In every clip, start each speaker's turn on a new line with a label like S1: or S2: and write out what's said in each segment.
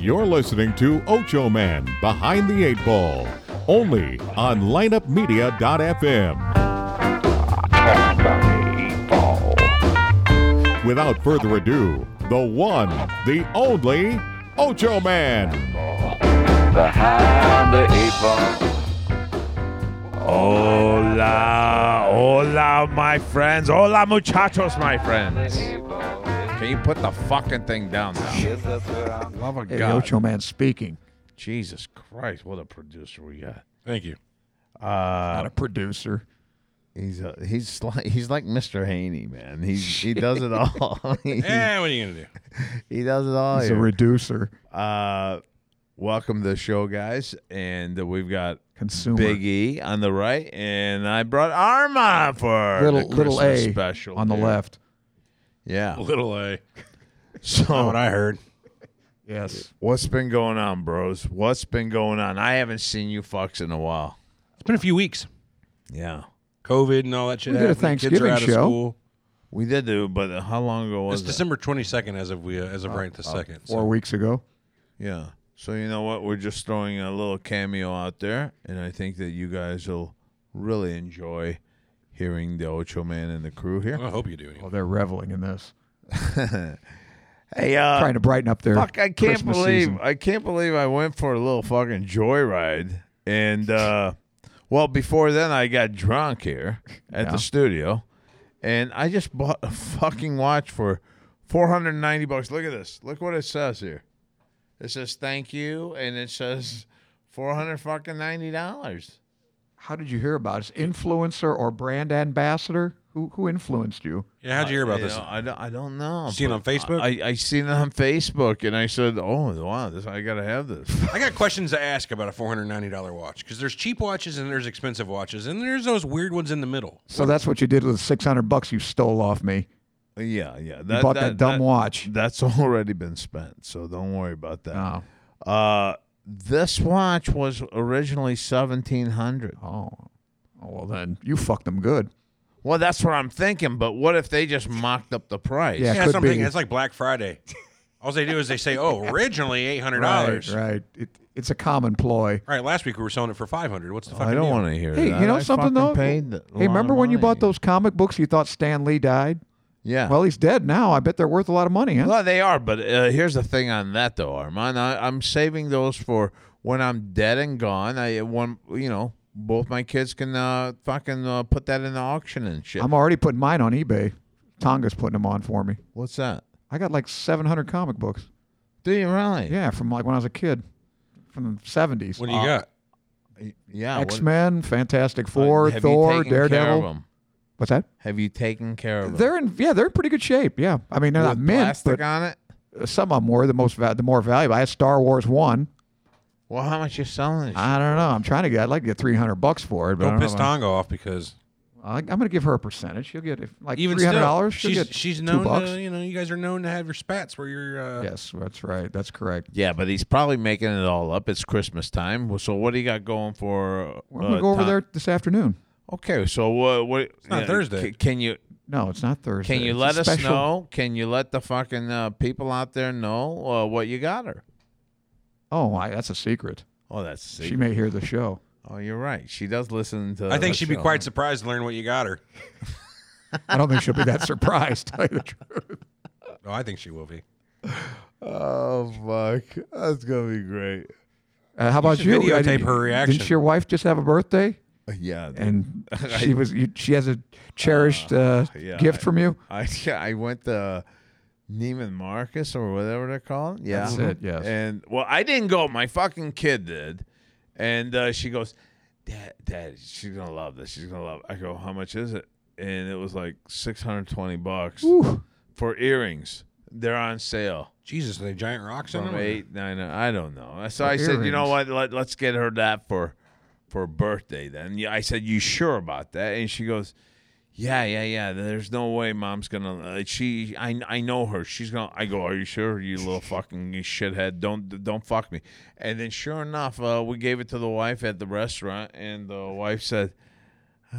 S1: You're listening to Ocho Man Behind the Eight Ball, only on lineupmedia.fm.
S2: Behind the eight ball.
S1: Without further ado, the one, the only Ocho Man.
S2: Behind the eight ball.
S3: Hola, hola, my friends. Hola, muchachos, my friends.
S2: Eight ball.
S3: Can you put the fucking thing down now?
S2: Yes, that's where I'm
S3: Love of
S4: Hey,
S3: God.
S4: Ocho Man speaking.
S3: Jesus Christ, what a producer we got.
S5: Thank you.
S3: Uh,
S4: Not a producer.
S6: He's a, he's like he's like Mr. Haney, man. He he does it all. he,
S5: Eh, what are you gonna do?
S6: he does it all.
S4: He's a
S6: here.
S4: reducer.
S6: uh, welcome to the show, guys, and we've got
S4: Consumer.
S6: Big E on the right, and I brought Arma for
S4: little
S6: the
S4: little
S6: Christmas
S4: A
S6: special
S4: on the
S6: here.
S4: left.
S6: Yeah.
S5: Little uh, A. Not
S6: So
S5: what I heard.
S4: Yes.
S6: what's been going on, bros? What's been going on? I haven't seen you fucks in a while.
S5: It's been a few weeks.
S6: Yeah,
S5: COVID and all that shit.
S4: We did a
S5: happened. Kids are
S4: Thanksgiving
S5: out of
S4: show.
S5: school.
S6: we did do, but how long ago was
S5: It's
S6: it?
S5: December twenty second as of we uh, as of right this second.
S4: Four
S5: so.
S4: weeks ago.
S6: Yeah. So you know what? We're just throwing a little cameo out there, and I think that you guys will really enjoy hearing the Ocho Man and the crew here.
S5: I hope you do. Anyway.
S4: Oh, they're reveling in this.
S6: Hey, uh,
S4: Trying to brighten up their
S6: fuck! I can't
S4: Christmas
S6: believe
S4: season.
S6: I can't believe I went for a little fucking joyride, and uh, well, before then I got drunk here at
S4: Yeah.
S6: the studio, and I just bought a fucking watch for four hundred ninety bucks. Look at this. Look what it says here. It says thank you, and it says four hundred fucking ninety dollars.
S4: How did you hear about us? Influencer or brand ambassador? Who who influenced you?
S5: Yeah, how'd you hear about this?
S6: I don't. I don't know.
S5: Seen on
S6: but
S5: Facebook?
S6: I, I seen it on Facebook, and I said, "Oh wow, this I gotta have this."
S5: I got questions to ask about a four hundred ninety dollar watch because there's cheap watches and there's expensive watches and there's those weird ones in the middle.
S4: So that's what you did with the six hundred bucks you stole off me.
S6: yeah, yeah.
S4: You bought that, dumb watch.
S6: That's already been spent, so don't worry about that.
S4: Oh.
S6: Uh, this watch was originally seventeen hundred.
S4: Oh. Oh well then you fucked them good.
S6: Well, that's what I'm thinking. But what if they just mocked up the price?
S4: Yeah. It
S5: Yeah,
S4: could
S5: that's what I'm
S4: be.
S5: thinking. It's like Black Friday. All they do is they say, "Oh, originally eight hundred dollars."
S4: Right, right. It, it's a common ploy.
S5: All right, last week we were selling it for five hundred. What's the fucking
S6: I don't
S5: deal?
S6: want to hear
S4: Hey,
S6: that.
S4: you know
S6: I
S4: something
S6: fucking
S4: though?
S6: Paid a lot
S4: hey,
S6: of
S4: remember when you bought
S6: money.
S4: those comic books you thought Stan Lee died?
S6: Yeah.
S4: Well, he's dead now. I bet they're worth a lot of money, huh?
S6: Well, they are, but uh, here's the thing on that though, Armand. I, I'm saving those for when I'm dead and gone. I when you know both my kids can uh, fucking uh, put that in the auction and shit.
S4: I'm already putting mine on eBay. Tonga's putting them on for me.
S6: What's that?
S4: I got like 700 comic books.
S6: Do you really?
S4: Yeah, from like when I was a kid, from the 70s.
S5: What do you got?
S6: yeah. what-
S4: X Men, Fantastic
S6: uh,
S4: Four,
S6: have you
S4: Thor,
S6: taken care of
S4: Daredevil.
S6: 'em?
S4: What's that?
S6: Have you taken care of them?
S4: They're in yeah, they're in pretty good shape. Yeah, I mean they're not mint,
S6: plastic
S4: but
S6: on it.
S4: some of them were the most va- the more valuable. I had Star Wars one.
S6: Well, how much you selling? This
S4: I don't know. I'm trying to get. I'd like to get 300 bucks for it, but
S5: Don't
S4: I
S5: piss Tonga off because
S4: am going to give her a percentage. She'll get if, like
S5: even
S4: 300
S5: still,
S4: dollars. She'll
S5: she's
S4: get
S5: she's
S4: two
S6: uh,
S5: known
S4: bucks.
S5: to you know you guys are known to have your spats where you're uh,
S4: yes, that's right. That's correct.
S6: yeah, but he's probably making it all up. It's Christmas time. Well, So what do you got going for?
S4: We're going
S6: uh,
S4: to go over
S6: Tom?
S4: there this afternoon.
S6: Okay, so what? what
S5: not
S6: yeah,
S5: Thursday.
S6: c- can you
S4: No, it's not Thursday.
S6: Can you
S4: It's a
S6: let us
S4: special-
S6: know? Can you let the fucking uh, people out there know uh, what you got her?
S4: Oh, I, that's a secret.
S6: Oh, that's
S4: She may hear the show.
S6: oh, you're right. She does listen to.
S5: I
S6: the
S5: think she'd be
S6: show.
S5: quite surprised to learn what you got her.
S4: I don't think she'll be that surprised. to tell you the truth.
S5: Oh, I think she will be.
S6: Oh fuck, that's gonna be great.
S4: Uh, how about
S5: should
S4: you? I
S5: videotape
S4: didn't-
S5: her reaction.
S4: Didn't your wife just have a birthday?
S6: Uh, Yeah, dude.
S4: And she was. You, she has a cherished uh,
S6: yeah,
S4: gift
S6: I-
S4: from you.
S6: I yeah, I went to Neiman Marcus or whatever they're called. Yeah, Mm-hmm.
S4: That's it, yes.
S6: And well, I didn't go. My fucking kid did, and uh, she goes, "Dad, Dad, she's gonna love this. She's gonna love." It. I go, "How much is it?" And it was like six hundred twenty bucks
S4: Whew.
S6: for earrings. They're on sale
S5: Jesus, are they giant rocks in
S6: from
S5: them?
S6: eight nine. uh, I don't know. So
S4: For
S6: I said, you know what?
S4: earrings.
S6: Let, let's get her that for for birthday then. Yeah, I said, you sure about that? And she goes, yeah, yeah, yeah. There's no way mom's gonna. Uh, she, I, I know her. She's gonna. I go, are you sure? You little fucking shithead. Don't don't fuck me. And then sure enough, uh, we gave it to the wife at the restaurant, and the wife said.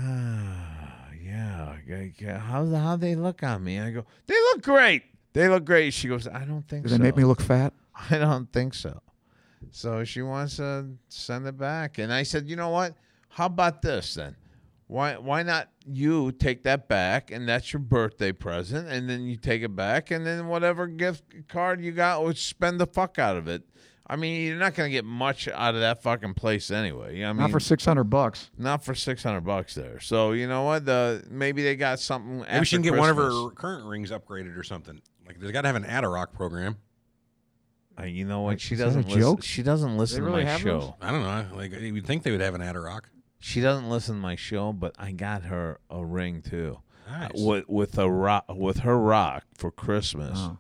S6: Ah, yeah. I- I- How how they look on me? I go, they look great. They look great. She goes, I don't think
S4: Did
S6: so.
S4: they make me look fat?
S6: I don't think so. So she wants to send it back. And I said, you know what? How about this then? Why why not you take that back and that's your birthday present and then you take it back and then whatever gift card you got would spend the fuck out of it. I mean, you're not gonna get much out of that fucking place anyway. I mean,
S4: Not for six hundred bucks.
S6: not for six hundred bucks there. So you know what? The maybe they got something.
S5: Maybe
S6: after
S5: she can get one
S6: Christmas.
S5: of her current rings upgraded or something. Like they got to have an Adirondack program.
S6: Uh, you know what? She
S4: is that a
S6: doesn't listen.
S4: joke?
S6: She doesn't listen
S4: really
S6: to my
S4: have
S6: show.
S4: those?
S5: I don't know. Like you would think they would have an Adirondack.
S6: She doesn't listen to my show, but I got her a ring too,
S5: Nice.
S6: with with a rock with her rock for Christmas,
S4: Oh.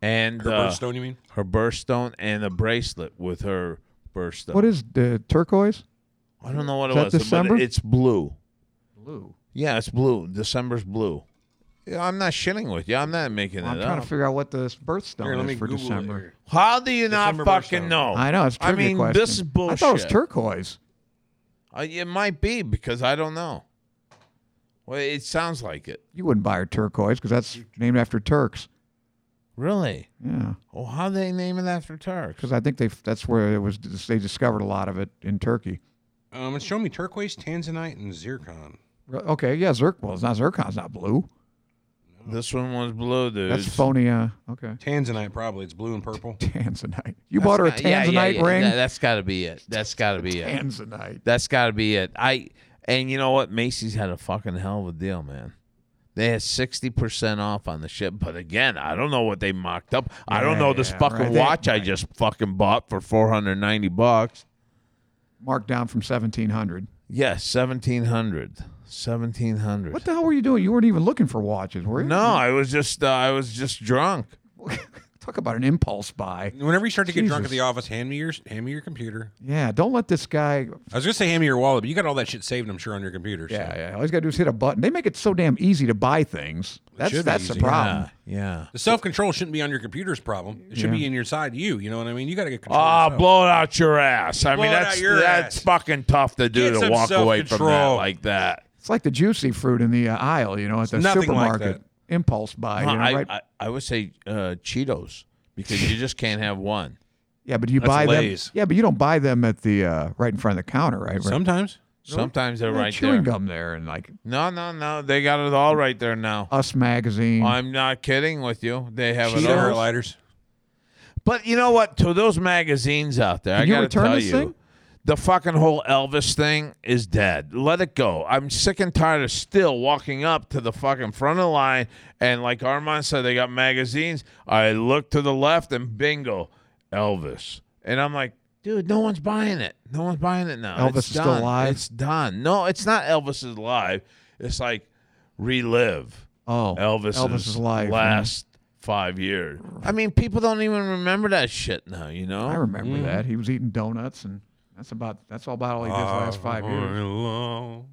S6: and
S5: Her
S6: uh,
S5: birthstone, you mean?
S6: her birthstone and a bracelet with her birthstone.
S4: What is the turquoise?
S6: I don't know what
S4: is
S6: it
S4: that
S6: was,
S4: December?
S6: but it's blue.
S4: Blue.
S6: Yeah, it's blue. December's blue. Yeah, I'm not shitting with you. I'm not making
S4: I'm
S6: it
S4: trying
S6: up.
S4: to figure out what this birthstone
S5: Here,
S4: is
S5: let me
S4: for
S5: Google
S4: December.
S5: it. here.
S6: How do you not
S5: December
S6: fucking
S5: birthstone.
S6: know?
S4: I know it's a
S6: I
S4: trivia
S6: mean,
S4: question.
S6: this is bullshit.
S4: I thought it was turquoise.
S6: Uh, it might be because I don't know. Well, it sounds like it.
S4: You wouldn't buy her turquoise because that's named after Turks.
S6: Really?
S4: Yeah,
S6: Well, how do they name it after Turks?
S4: because I think they that's where it was. They discovered a lot of it in Turkey.
S5: Um, it's showing me turquoise, tanzanite, and zircon.
S4: Re- Okay, yeah, zirc. Well, it's not zircon's not blue.
S6: This one was blue, dude.
S4: That's phony. Uh, okay,
S5: Tanzanite, probably. It's blue and purple.
S4: tanzanite. You bought her a tanzanite ring.
S6: that's got to be it. That's got to be it.
S4: tanzanite.
S6: That's got to be it. I and you know what? Macy's had a fucking hell of a deal, man. They had sixty percent off on the ship, but again, I don't know what they mocked up. I don't know this
S4: Yeah,
S6: fucking
S4: right. They-
S6: watch I just fucking bought for four hundred ninety bucks.
S4: Marked down from seventeen hundred.
S6: Yes, seventeen hundred. Seventeen hundred.
S4: What the hell were you doing? You weren't even looking for watches, were you?
S6: No, I was just uh, I was just drunk.
S4: Talk about an impulse buy.
S5: Whenever you start to get drunk
S4: Jesus.
S5: at the office, hand me your hand me your computer.
S4: Yeah, don't let this guy.
S5: I was gonna say hand me your wallet, but you got all that shit saved, I'm sure, on your computer. so-
S4: Yeah, yeah. All he's got to do is hit a button. They make it so damn easy to buy things. That's
S5: should be
S4: that's the
S5: easy.
S4: problem.
S6: Yeah.
S5: The self control shouldn't be on your computer's problem. It should be in your side you. You know what I mean? You got to get control.
S6: Ah,
S5: yourself.
S6: blow it out your ass. I
S5: Blow
S6: mean,
S5: it out
S6: that's
S5: your
S6: that's
S5: ass.
S6: fucking tough to do
S5: Get
S6: to
S5: some
S6: walk away from that
S5: self-control.
S6: like that.
S4: It's like the juicy fruit in the uh, aisle, you know, at the
S5: nothing like
S4: supermarket. Impulse buy, you know,
S6: I,
S4: right?
S6: I, I would say uh, Cheetos because you just can't have one.
S4: yeah, but you buy
S5: Lay's.
S4: them. Yeah, but you don't buy them at the uh, right in front of the counter, right? Right-
S5: Sometimes.
S6: Sometimes they're
S4: they're
S6: right
S4: chewing
S6: there.
S4: gum there and like
S6: No, no, no. They got it all right there now.
S4: Us magazine.
S6: I'm not kidding with you. They have it
S5: Cigarette
S6: all. right.
S5: lighters.
S6: But you know what? To those magazines out there, I
S4: Can you
S6: gotta
S4: return
S6: tell
S4: this
S6: you,
S4: thing?
S6: the fucking whole Elvis thing is dead. Let it go. I'm sick and tired of still walking up to the fucking front of the line and like Armand said, they got magazines. I look to the left and bingo, Elvis. And I'm like, dude, no one's buying it. No one's buying it now.
S4: Elvis
S6: It's
S4: is still
S6: done.
S4: alive?
S6: It's done. No, it's not Elvis is alive. It's like relive.
S4: oh,
S6: Elvis,
S4: Elvis's life. yeah.
S6: last five years. I mean, people don't even remember that shit now. You know,
S4: I remember that he was eating donuts, and that's about that's all about all he did for the
S5: Ah,
S4: last five
S5: Oh,
S4: years.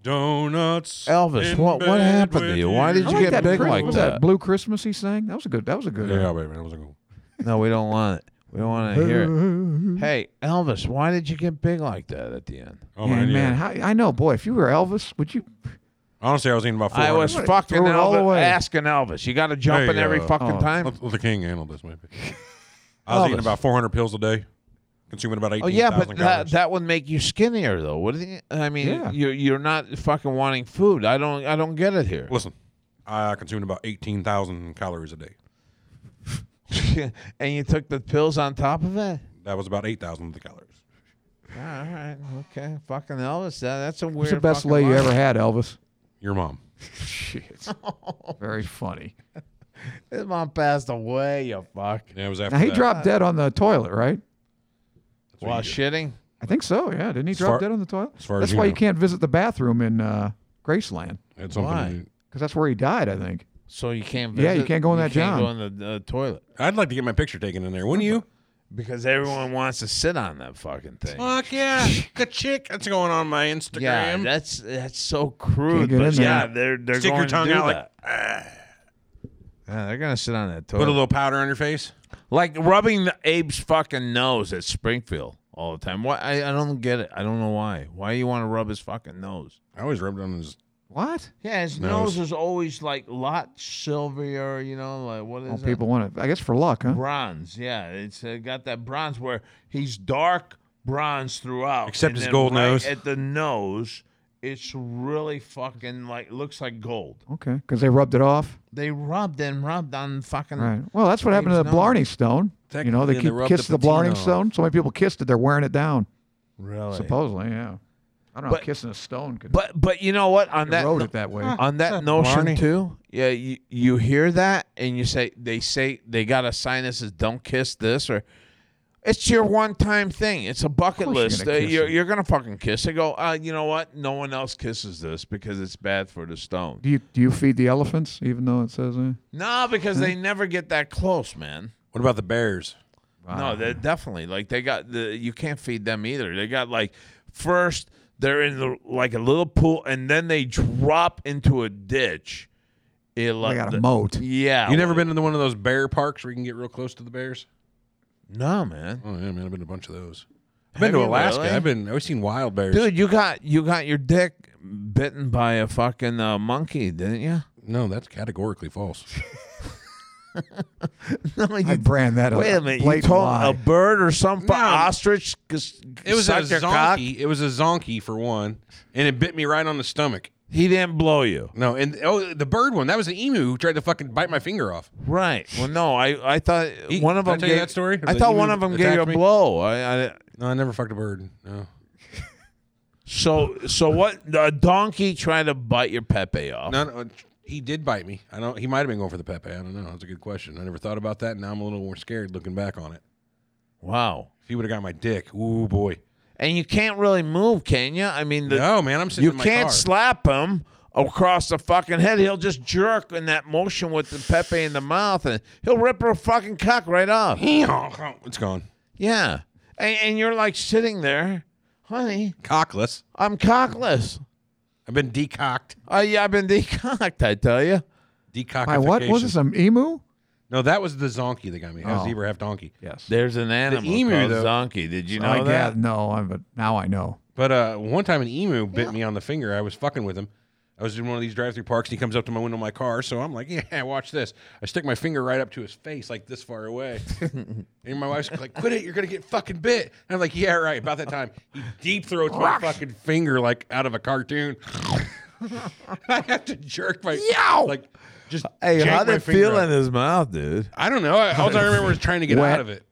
S5: Donuts.
S6: Elvis. What what happened to you? Why did
S4: I
S6: you
S4: like
S6: get
S4: that
S6: big
S4: Chris-
S6: like
S4: what was
S6: that?
S4: Blue Christmas he sang. That was a good. That was a good.
S5: Yeah, wait, man. I was like, oh.
S6: No, we don't want it. We don't want to hear it. Hey, Elvis, why did you get big like that at the end?
S5: Oh,
S4: Yeah,
S5: man, yeah.
S4: man, how, I know, boy. If you were Elvis, would you?
S5: Honestly, I was eating about four.
S6: I was
S4: What?
S6: fucking
S4: Throw it all
S6: Elvis,
S4: away.
S6: asking Elvis. You got to jump
S5: Hey,
S6: in every
S5: uh,
S6: fucking
S4: oh.
S6: time.
S5: Let, let the king handle this, maybe. I was eating
S6: Elvis.
S5: about 400 pills a day, consuming about
S6: Oh
S5: 18,000
S6: yeah, but that,
S5: calories.
S6: that would make you skinnier though. What do you, I mean,
S4: Yeah.
S6: you're you're not fucking wanting food. I don't I don't get it here.
S5: Listen, I consumed about 18,000 calories a day.
S6: and you took the pills on top of it.
S5: That was about 8,000 of the calories.
S6: All right. Okay. Fucking Elvis. That, that's a weird.
S4: What's the best
S6: fucking
S4: lay you
S6: line.
S4: ever had, Elvis?
S5: Your mom.
S4: Shit. Very funny.
S6: His mom passed away. You fuck.
S5: Yeah, it was after
S4: Now he
S5: that.
S4: dropped dead on the toilet, right?
S5: That's what
S6: While
S5: you do.
S6: shitting.
S4: I think so. Yeah, didn't he drop
S5: far-
S4: dead on the toilet?
S5: as far as
S4: that's
S5: you
S4: why
S5: know.
S4: you can't visit the bathroom in uh, Graceland
S5: It's something
S6: Why?
S5: you-
S4: because that's where he died. I think.
S6: So you can't. Visit,
S4: Yeah, you can't go in that
S6: can't
S4: john.
S6: Go in the uh, toilet
S5: I'd like to get my picture taken in there, wouldn't you?
S6: because everyone wants to sit on that fucking thing.
S5: Fuck yeah, the chick. That's going on my Instagram.
S6: yeah, that's that's so crude.
S4: Can't get
S6: But
S4: in there.
S6: yeah, they're they're
S5: Stick
S6: going
S5: your tongue
S6: to do
S5: out
S6: that. "Ah." Yeah, they're gonna sit on that toilet,
S5: Put a little powder on your face.
S6: like rubbing the Abe's fucking nose at Springfield all the time. Why? I, I don't get it. I don't know why. Why you want to rub his fucking nose?
S5: I always rubbed on his
S4: What?
S6: Yeah, his nose, is always like a lot silvier, you know, like what is
S4: Oh,
S6: that?
S4: people want to. I guess for luck, huh?
S6: bronze. Yeah, it's uh, got that bronze where he's dark bronze throughout,
S5: Except
S6: and
S5: his
S6: then
S5: gold
S6: right
S5: nose.
S6: At the nose, it's really fucking like looks like gold.
S4: Okay, because they rubbed it off.
S6: They rubbed and rubbed on fucking.
S4: Right. Well, that's what happened to the
S6: James Nolan.
S4: Blarney Stone. You know,
S5: Technically,
S4: they
S5: they
S4: keep
S5: rubbed
S4: kissed
S5: the
S4: the, Blarney
S5: patina off.
S4: Stone. So many people kissed it. They're wearing it down.
S6: Really.
S4: Supposedly, yeah. I don't know.
S6: But-
S4: Kissing a stone could.
S6: But but you know what? On that
S4: wrote it that way.
S6: On that notion too. Yeah, you, you hear that and you say they say they got a sign that says "Don't kiss this" or it's your one time thing. It's a bucket
S4: course you're
S6: list.
S4: gonna
S6: Uh,
S4: kiss
S6: you're,
S4: it.
S6: you're gonna fucking kiss. I go. Uh, you know what? No one else kisses this because it's bad for the stone.
S4: do you do you feed the elephants? Even though it says. Uh,
S6: No, because they never get that close, man.
S5: What about the bears?
S6: No, they're definitely like they got the you can't feed them either. They got like first they're in the, like a little pool and then they drop into a ditch. It like
S4: got a
S6: the-
S4: moat.
S6: Yeah.
S5: You never been into one of those bear parks where you can get real close to the bears?
S6: No, man.
S5: Oh yeah, man, I've been to a bunch of those. I've
S6: Have
S5: been to
S6: you
S5: Alaska.
S6: really?
S5: I've been. I've seen wild bears.
S6: Dude, you got you got your dick bitten by a fucking uh, monkey, didn't you?
S5: No, that's categorically false.
S6: No,
S4: I
S6: you
S4: brand that
S6: Wait a
S4: a
S6: minute. You uh,
S4: blatant
S6: told
S4: lie.
S6: a bird or some fu-
S5: No.
S6: ostrich? Cause
S5: It was a
S6: sucked your cock?
S5: zonkey. It was a zonkey for one, and it bit me right on the stomach.
S6: He didn't blow you,
S5: No, and oh, the bird one. That was the emu who tried to fucking bite my finger off.
S6: right? Well, no. I I thought
S5: He-
S6: one of
S5: did I
S6: them
S5: tell you
S6: gave
S5: that story?
S6: I
S5: The
S6: thought
S5: human
S6: one of them gave you a
S5: attacked me?
S6: blow. I, I
S5: No, I never fucked a bird. No.
S6: So so what? A donkey tried to bite your Pepe off.
S5: No, no, he did bite me. I don't. He might have been going for the Pepe. I don't know. That's a good question. I never thought about that. and Now I'm a little more scared looking back on it.
S6: Wow.
S5: If he would have got my dick, ooh boy.
S6: And you can't really move, can you? I mean, the,
S5: no, man, I'm sitting
S6: you
S5: in my
S6: can't
S5: car.
S6: slap him across the fucking head. He'll just jerk in that motion with the Pepe in the mouth, and he'll rip her fucking cock right off.
S5: it's gone.
S6: Yeah. And, and you're like sitting there, honey.
S5: Cockless.
S6: I'm cockless.
S5: I've been decocked.
S6: I, I've been decocked. I tell you.
S5: Decockification.
S4: By what? Was it some emu?
S5: No, that was the zonkey that got me. That was
S4: Oh.
S5: zebra half donkey.
S4: Yes.
S6: There's an animal
S5: emu,
S6: called
S5: though-
S6: donkey. Did you know
S4: I
S6: that?
S4: guess, no, I'm, but now I know.
S5: But uh, one time an emu bit me on the finger. I was fucking with him. I was in one of these drive-through parks, and he comes up to my window of my car. So I'm like, "Yeah, watch this." I stick my finger right up to his face, like this far away. and my wife's like, "Quit it! You're gonna get fucking bit." And I'm like, "Yeah, right." About that time, he deep throats my fucking finger like out of a cartoon. I have to jerk my like just.
S6: Hey,
S5: jank
S6: how
S5: my
S6: did it
S5: finger
S6: feel
S5: out.
S6: in his mouth, dude?
S5: I don't know. I- All I remember is trying to get
S4: Wet.
S5: out of it.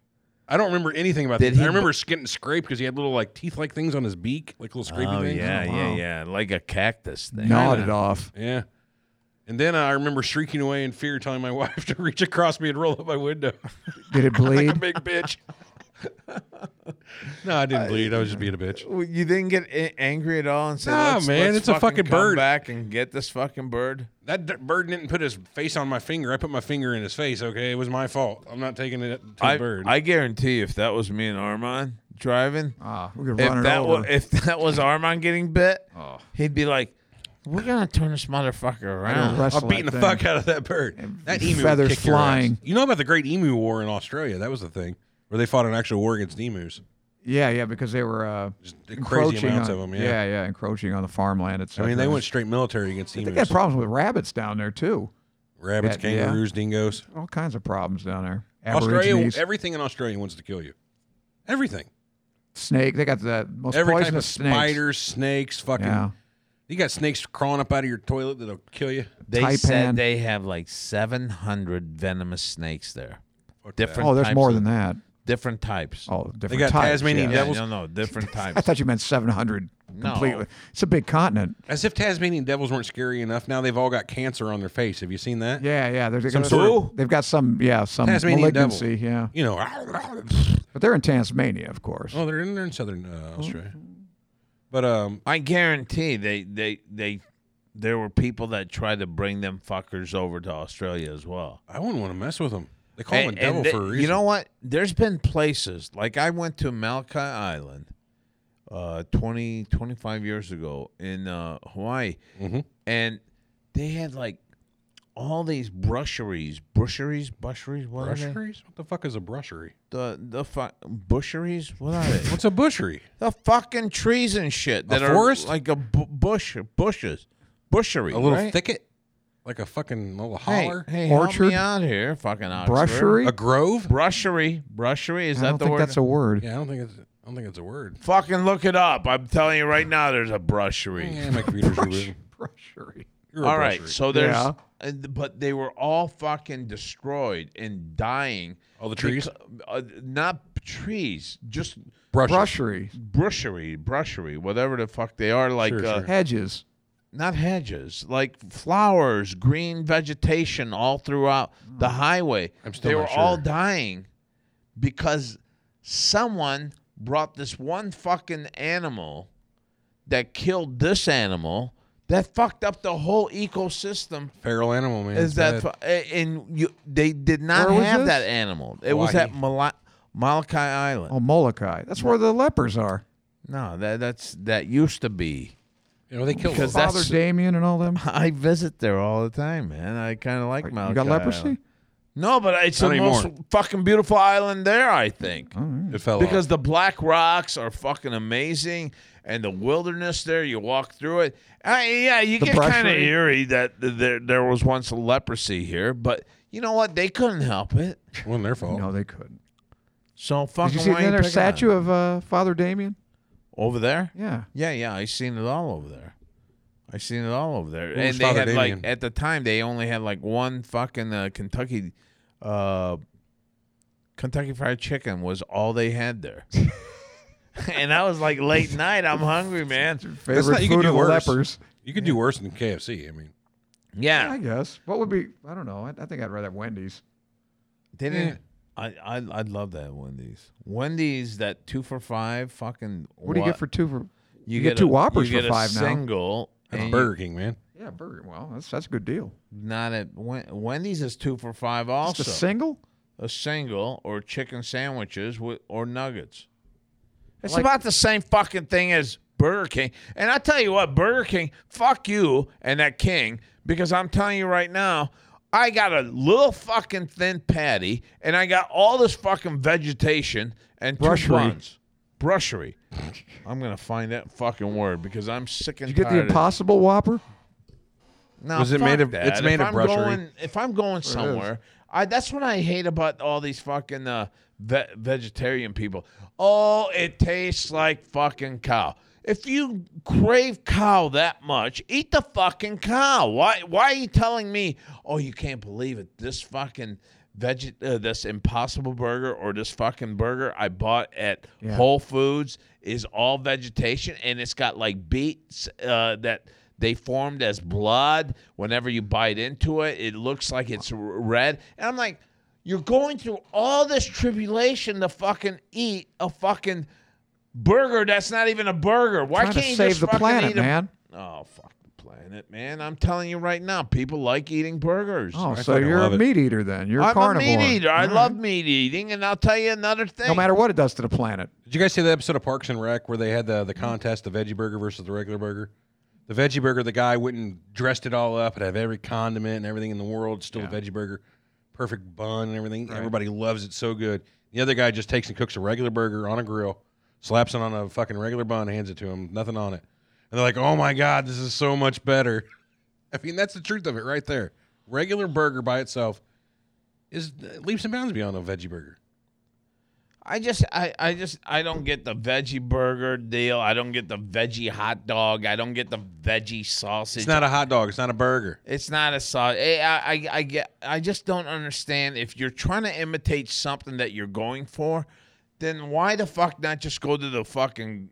S5: I don't remember anything about
S6: Did
S5: that.
S6: he-
S5: I remember getting scraped because he had little like teeth-like things on his beak, like little scrapey
S6: Oh
S5: things.
S6: yeah,
S4: Oh,
S6: yeah,
S4: wow.
S6: yeah, like a cactus thing.
S4: Gnawed it off.
S5: Yeah. And then I remember shrieking away in fear, telling my wife to reach across me and roll up my window.
S4: Did it bleed?
S5: Big bitch. no, I didn't bleed. I was just being a bitch.
S6: Well, You didn't get a- angry at all and say,
S5: Nah,
S6: "Let's-
S5: man,
S6: let's
S5: it's a fucking
S6: come
S5: bird."
S6: Back and get this fucking bird."
S5: That d- bird didn't put his face on my finger. I put my finger in his face. Okay, it was my fault. I'm not taking it to
S6: I,
S5: the bird.
S6: I guarantee, you, if that was me and Armand driving,
S4: Ah, we could run
S6: if
S4: it
S6: that
S4: over.
S6: was if that was Armand getting bit, he'd be like, "We're gonna turn this motherfucker around."
S4: Wrestle
S5: I'm beating
S4: that
S5: the
S4: thing.
S5: fuck out of that bird. That emu would
S4: feathers
S5: kick your ass.
S4: flying.
S5: You know about the Great Emu War in Australia? That was the thing where they fought an actual war against emus.
S4: Yeah, yeah, because they were uh,
S5: crazy
S4: encroaching
S5: amounts
S4: on,
S5: of 'em, yeah.
S4: yeah. yeah, encroaching on the farmland. Etc.
S5: I mean, they went straight military against
S4: I
S5: emus.
S4: think they had problems with rabbits down there too.
S5: Rabbits,
S4: Yeah, yeah.
S5: kangaroos, dingoes.
S4: All kinds of problems down there.
S5: Australia,
S4: Aborigines,
S5: everything in Australia wants to kill you. Everything.
S4: snake. They got the most
S5: Every type of
S4: poisonous snakes.
S5: spiders, snakes, fucking.
S4: Yeah.
S5: You got snakes crawling up out of your toilet that'll kill you.
S6: They
S4: Taipan.
S6: said they have like seven hundred venomous snakes there,
S5: Fuck that.
S6: different.
S4: Oh, there's
S6: types
S4: more
S6: of-
S4: than that.
S6: different types.
S4: Oh, different.
S5: got
S4: types,
S5: Tasmanian
S4: yeah.
S6: yeah,
S5: devils-
S6: no, no, different
S4: I
S6: types.
S4: thought you meant 700
S6: No.
S4: completely. It's a big continent.
S5: As if Tasmanian devils weren't scary enough. Now they've all got cancer on their face. Have you seen that?
S4: Yeah, yeah. They're, they're
S5: Some
S4: gonna-
S5: sort of-
S4: they've got some, yeah, some
S5: Tasmanian devil.
S4: malignancy. Yeah,
S5: You know.
S4: but they're in Tasmania, of course.
S5: Oh, they're in, they're in southern
S6: Oh.
S5: uh, Australia. But um,
S6: I guarantee they they they there were people that tried to bring them fuckers over to Australia as well.
S5: I wouldn't want to mess with them. They call him a
S6: And-
S5: devil
S6: and they-
S5: for a reason.
S6: You know what? There's been places like I went to Malachi Island uh 20 25 years ago in uh Hawaii
S5: Mm-hmm.
S6: and they had like all these brusheries, brusheries, brusheries, what are they?
S5: Brusheries? What the fuck is a brushery?
S6: The the fu- busheries? What are they?
S5: What's a bushery?
S6: the fucking trees and shit that
S5: A
S6: are
S5: forest?
S6: like a bu- bush bushes. bushery,
S5: A little
S6: right?
S5: thicket, like a fucking little
S6: Hey,
S5: holler,
S6: hey, help
S4: Orchard?
S6: me out here, fucking Oxford.
S4: Brushery?
S5: a grove.
S6: brushery, brushery. Is
S4: I
S6: that
S4: don't
S6: the
S4: think
S6: word?
S4: that's a word.
S5: Yeah, I don't think it's. I don't think it's a word.
S6: fucking look it up. I'm telling you right now, there's a brushery.
S5: Yeah, my computer's
S4: Brush-
S5: ruined.
S4: brushery.
S5: You're a
S6: All right,
S5: brushery.
S6: so there's,
S4: Yeah.
S6: and- but they were all fucking destroyed and dying.
S5: All the trees?
S6: becau- uh, not trees, just
S5: Brushes.
S4: Brushery.
S6: brushery, brushery, whatever the fuck they are. Like
S5: Sure,
S6: uh,
S5: sure.
S4: Hedges.
S6: not hedges, like flowers, green vegetation all throughout the highway.
S5: I'm still
S6: they
S5: not
S6: were all
S5: sure.
S6: dying because someone brought this one fucking animal that killed this animal that fucked up the whole ecosystem.
S5: Feral animal, man.
S6: Is
S5: It's
S6: that
S5: bad.
S6: fu- a- and you? They did not
S4: Where was
S6: have
S4: this?
S6: that animal. It was
S5: Hawaii.
S6: at Mala- Malachi Island.
S4: Oh, Molokai. That's where the lepers are.
S6: No, that that's that used to be.
S5: you know they killed
S6: Because
S5: them.
S4: Father
S6: That's-
S4: Damien and all them.
S6: I visit there all the time, man. I kind of like Malachi.
S4: You got leprosy?
S6: Island. No, but it's
S5: Not
S6: the most
S5: anymore.
S6: fucking beautiful island there, I think.
S4: Oh.
S5: it fell off.
S6: Because the black rocks are fucking amazing, and the wilderness there, you walk through it. I, yeah, you
S4: The
S6: get kind of
S4: brushery.
S6: eerie that th- there there was once a leprosy here, but you know what? They couldn't help it.
S5: it wasn't their fault.
S4: No, they couldn't.
S6: So
S4: Did
S6: fucking
S4: you see
S6: why you
S4: another
S6: picking on
S4: statue
S6: it?
S4: of uh, Father Damien?
S6: over there?
S4: Yeah.
S6: Yeah, yeah, I seen it all over there. I seen it all over there,
S5: was
S6: and they
S5: Father
S6: had like
S5: Damien?
S6: at the time they only had like one fucking uh, Kentucky, uh, Kentucky Fried Chicken was all they had there. and I was like late night. I'm hungry, man.
S5: That's
S4: Favorite
S5: not- you could
S4: food
S5: do
S4: of the
S5: worse.
S4: lepers.
S5: You could do worse than KFC. I mean,
S4: I
S6: Yeah,
S4: guess. What would be? I don't know. I, I think I'd rather have Wendy's.
S6: they didn't. I I I'd love that Wendy's. Wendy's that two for five fucking.
S4: What do you get for two for? you get
S6: a-
S4: two Whoppers
S6: you
S4: for
S6: get a
S4: five now.
S6: Single
S5: that's
S6: and you-
S5: Burger King, man.
S4: Yeah, burger. Well, that's that's a good deal.
S6: Not at Wen- Wendy's is two for five also.
S4: Just a single.
S6: a single or chicken sandwiches with, or nuggets. It's
S4: Like-
S6: about the same fucking thing as Burger King. And I tell you what, Burger King, fuck you and that king, because I'm telling you right now, I got a little fucking thin patty and I got all this fucking vegetation and
S4: Brushery.
S6: two buns. Brushery. I'm gonna find that fucking word because I'm sick and
S4: Did you get the
S6: tired. of,
S4: Impossible Whopper?
S6: no,
S5: Was it made
S6: fuck
S5: of-
S6: that.
S5: it's made
S6: if
S5: of
S6: I'm
S5: brushery.
S6: Going, if I'm going somewhere, I that's what I hate about all these fucking uh, ve- vegetarian people. Oh, it tastes like fucking cow. If you crave cow that much, eat the fucking cow. Why? Why are you telling me? Oh, you can't believe it. This fucking veg, uh, this Impossible Burger or this fucking burger I bought at
S4: Yeah.
S6: Whole Foods is all vegetation, and it's got like beets uh, that they formed as blood. Whenever you bite into it, it looks like it's r- red. And I'm like, you're going through all this tribulation to fucking eat a fucking burger that's not even a burger. Why
S4: Trying to
S6: can't you
S4: save
S6: just
S4: the
S6: fucking
S4: planet,
S6: eat a-
S4: man.
S6: Oh fuck the planet, man! I'm telling you right now, people like eating burgers.
S4: Oh,
S5: I
S4: so
S5: fucking
S4: you're
S5: love
S4: a
S5: it.
S4: meat eater then? You're a
S6: I'm
S4: carnivore.
S6: a meat eater. I
S4: All
S6: love
S4: right.
S6: meat eating, and I'll tell you another thing.
S4: No matter what it does to the planet.
S5: Did you guys see the episode of Parks and Rec where they had the the contest, the veggie burger versus the regular burger? The veggie burger, the guy went and dressed it all up and have every condiment and everything in the world. Still a veggie burger, perfect bun and everything. Everybody loves it so good. The other guy just takes and cooks a regular burger on a grill, slaps it on a fucking regular bun, hands it to him, nothing on it, and they're like, "Oh my god, this is so much better." I mean, that's the truth of it right there. Regular burger by itself is leaps and bounds beyond a veggie burger.
S6: I just, I, I just, I don't get the veggie burger deal. I don't get the veggie hot dog. I don't get the veggie sausage.
S5: It's not a hot dog. It's not a burger.
S6: It's not a sausage. I, I, I get. I just don't understand. If you're trying to imitate something that you're going for, then why the fuck not just go to the fucking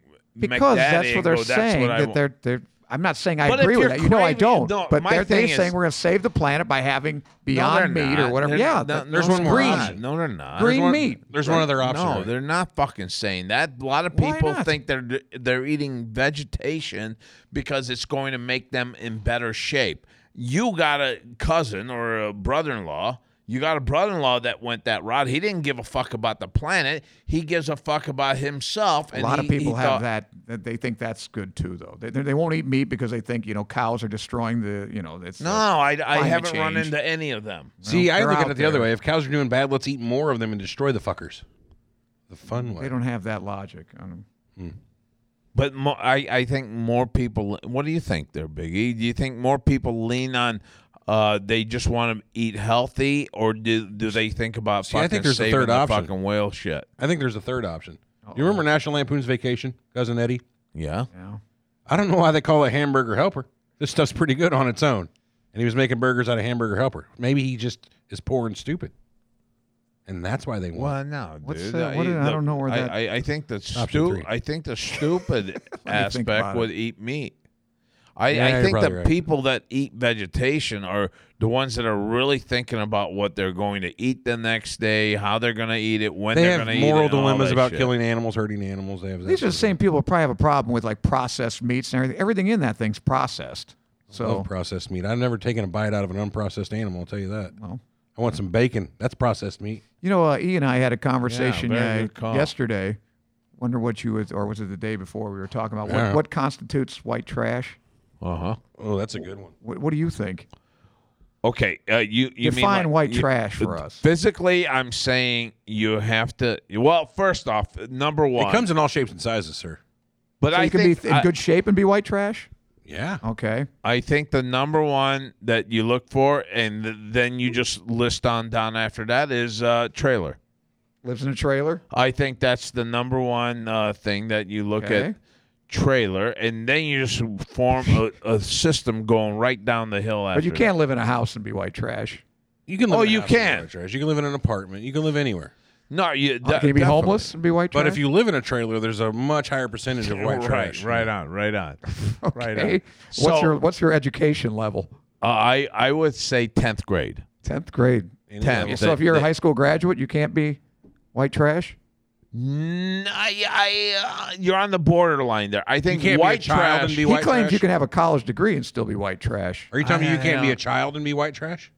S6: McDaddy
S4: Because that's
S6: and
S4: what they're
S6: go, "That's
S4: saying.
S6: what I
S4: that
S6: want."
S4: they're they're. I'm not saying I
S6: But if
S4: agree with
S6: you're
S4: that. You know I
S6: craving-
S4: don't.
S6: no,
S4: but
S6: my
S4: they're, they're
S6: thing is-
S4: saying we're going to save the planet by having
S6: No, they're
S4: beyond meat
S6: not.
S4: or whatever.
S6: They're-
S4: yeah,
S6: no,
S4: that-
S6: no,
S5: there's
S6: they're
S5: one more
S4: green.
S6: not. No, they're not.
S4: Green
S5: There's one-
S4: meat.
S5: There's one other option.
S6: No,
S5: right?
S6: they're not fucking saying that. A lot of
S4: Why
S6: people
S4: not?
S6: think they're they're eating vegetation because it's going to make them in better shape. You got a cousin or a brother-in-law. You got a brother-in-law that went that route. He didn't give a fuck about the planet. He gives a fuck about himself.
S4: A
S6: and
S4: lot of
S6: he- he
S4: people have
S6: thought-
S4: that. that They think that's good too, though. They, they they won't eat meat because they think you know cows are destroying the you know. It's
S6: No, I, I
S4: Climate
S6: haven't run
S4: change.
S6: into any of them.
S5: See, I
S4: they're
S5: look at
S4: out
S5: it the other
S4: there.
S5: way. If cows are doing bad, let's eat more of them and destroy the fuckers. The fun
S4: they
S5: way.
S4: Um, don't have that logic. I don't-
S6: But mo I, I think more people. What do you think there, Big E? Do you think more people lean on uh, they just want to eat healthy, or do do they think about
S5: I
S6: fucking
S5: think there's a
S6: saving
S5: third
S6: the
S5: option.
S6: fucking whale shit?
S5: I think there's a third option. You remember National Lampoon's Vacation, cousin Eddie?
S6: Yeah.
S4: Yeah.
S5: I don't know why they call it hamburger helper. This stuff's pretty good on its own. And he was making burgers out of hamburger helper. Maybe he just is poor and stupid. And that's why they won.
S6: Well, no,
S4: What's
S6: dude.
S4: that- what did- I don't know where
S6: I,
S4: that-
S6: I, I think the
S5: Option
S6: stu-
S5: three.
S6: I think the stupid aspect
S4: about
S6: would eat meat. I,
S5: Yeah,
S6: I
S5: you're
S6: think the
S5: probably right.
S6: people that eat vegetation are the ones that are really thinking about what they're going to eat the next day, how they're going to eat it, when
S5: They
S6: are
S5: have
S6: going to eat it.
S5: moral
S6: and all
S5: dilemmas
S6: that
S5: about
S6: shit.
S5: killing animals, hurting animals. They have that
S4: These are
S5: sort
S4: the
S5: of-
S4: same people who probably have a problem with like processed meats and everything. Everything in that thing's processed.
S5: I
S4: So
S5: love processed meat. I've never taken a bite out of an unprocessed animal. I'll tell you that.
S4: Well.
S5: I want some bacon. That's processed meat.
S4: you know, uh, E and I had a conversation
S6: very
S4: uh,
S6: good call.
S4: yesterday. Wonder what you was, or was it the day before? We were talking about
S5: Yeah.
S4: what, what constitutes white trash.
S6: Uh huh.
S5: Oh, that's a good one.
S4: What, what do you think?
S6: Okay, uh, you you mean
S4: Define
S6: like-
S4: white
S6: you-
S4: trash for us.
S6: Physically, I'm saying you have to. Well, first off, number one,
S5: It comes in all shapes and sizes, sir.
S6: but
S4: So
S6: I
S4: you can
S6: think
S4: be in
S6: I-
S4: good shape and be white trash.
S5: Yeah.
S4: Okay.
S6: I think the number one that you look for, and th- then you just list on down after that, is uh, trailer.
S4: Lives in a trailer.
S6: I think that's the number one uh, thing that you look at
S4: Okay.
S6: trailer, and then you just form a, a system going right down the hill. After
S4: But you can't live in a house and be white trash.
S5: You can
S6: Oh,
S5: in a
S6: you
S5: house with
S6: can.
S5: white trash. You can live in an apartment. You can live anywhere.
S6: That. No, you
S4: Uh,
S6: that-
S4: can you be
S6: definitely.
S4: homeless and be white trash?
S5: But if you live in a trailer, there's a much higher percentage of white
S6: right,
S5: trash.
S6: Right on, right on, right on.
S4: okay. what's
S6: So-
S4: your what's your education level?
S6: Uh, I I would say tenth grade.
S4: Tenth grade.
S5: Any
S6: Ten.
S5: level.
S4: So if you're a high school graduate, you can't be white trash.
S6: Mm, I, I, uh, you're on the borderline there. I think
S5: can't be a
S6: white
S5: child
S6: trash.
S5: and be
S4: He
S5: white
S4: claims
S5: trash?
S4: you can have a college degree and still be white trash.
S5: Are you telling me you
S6: I-
S5: can't be
S6: I-
S5: a child and be white trash?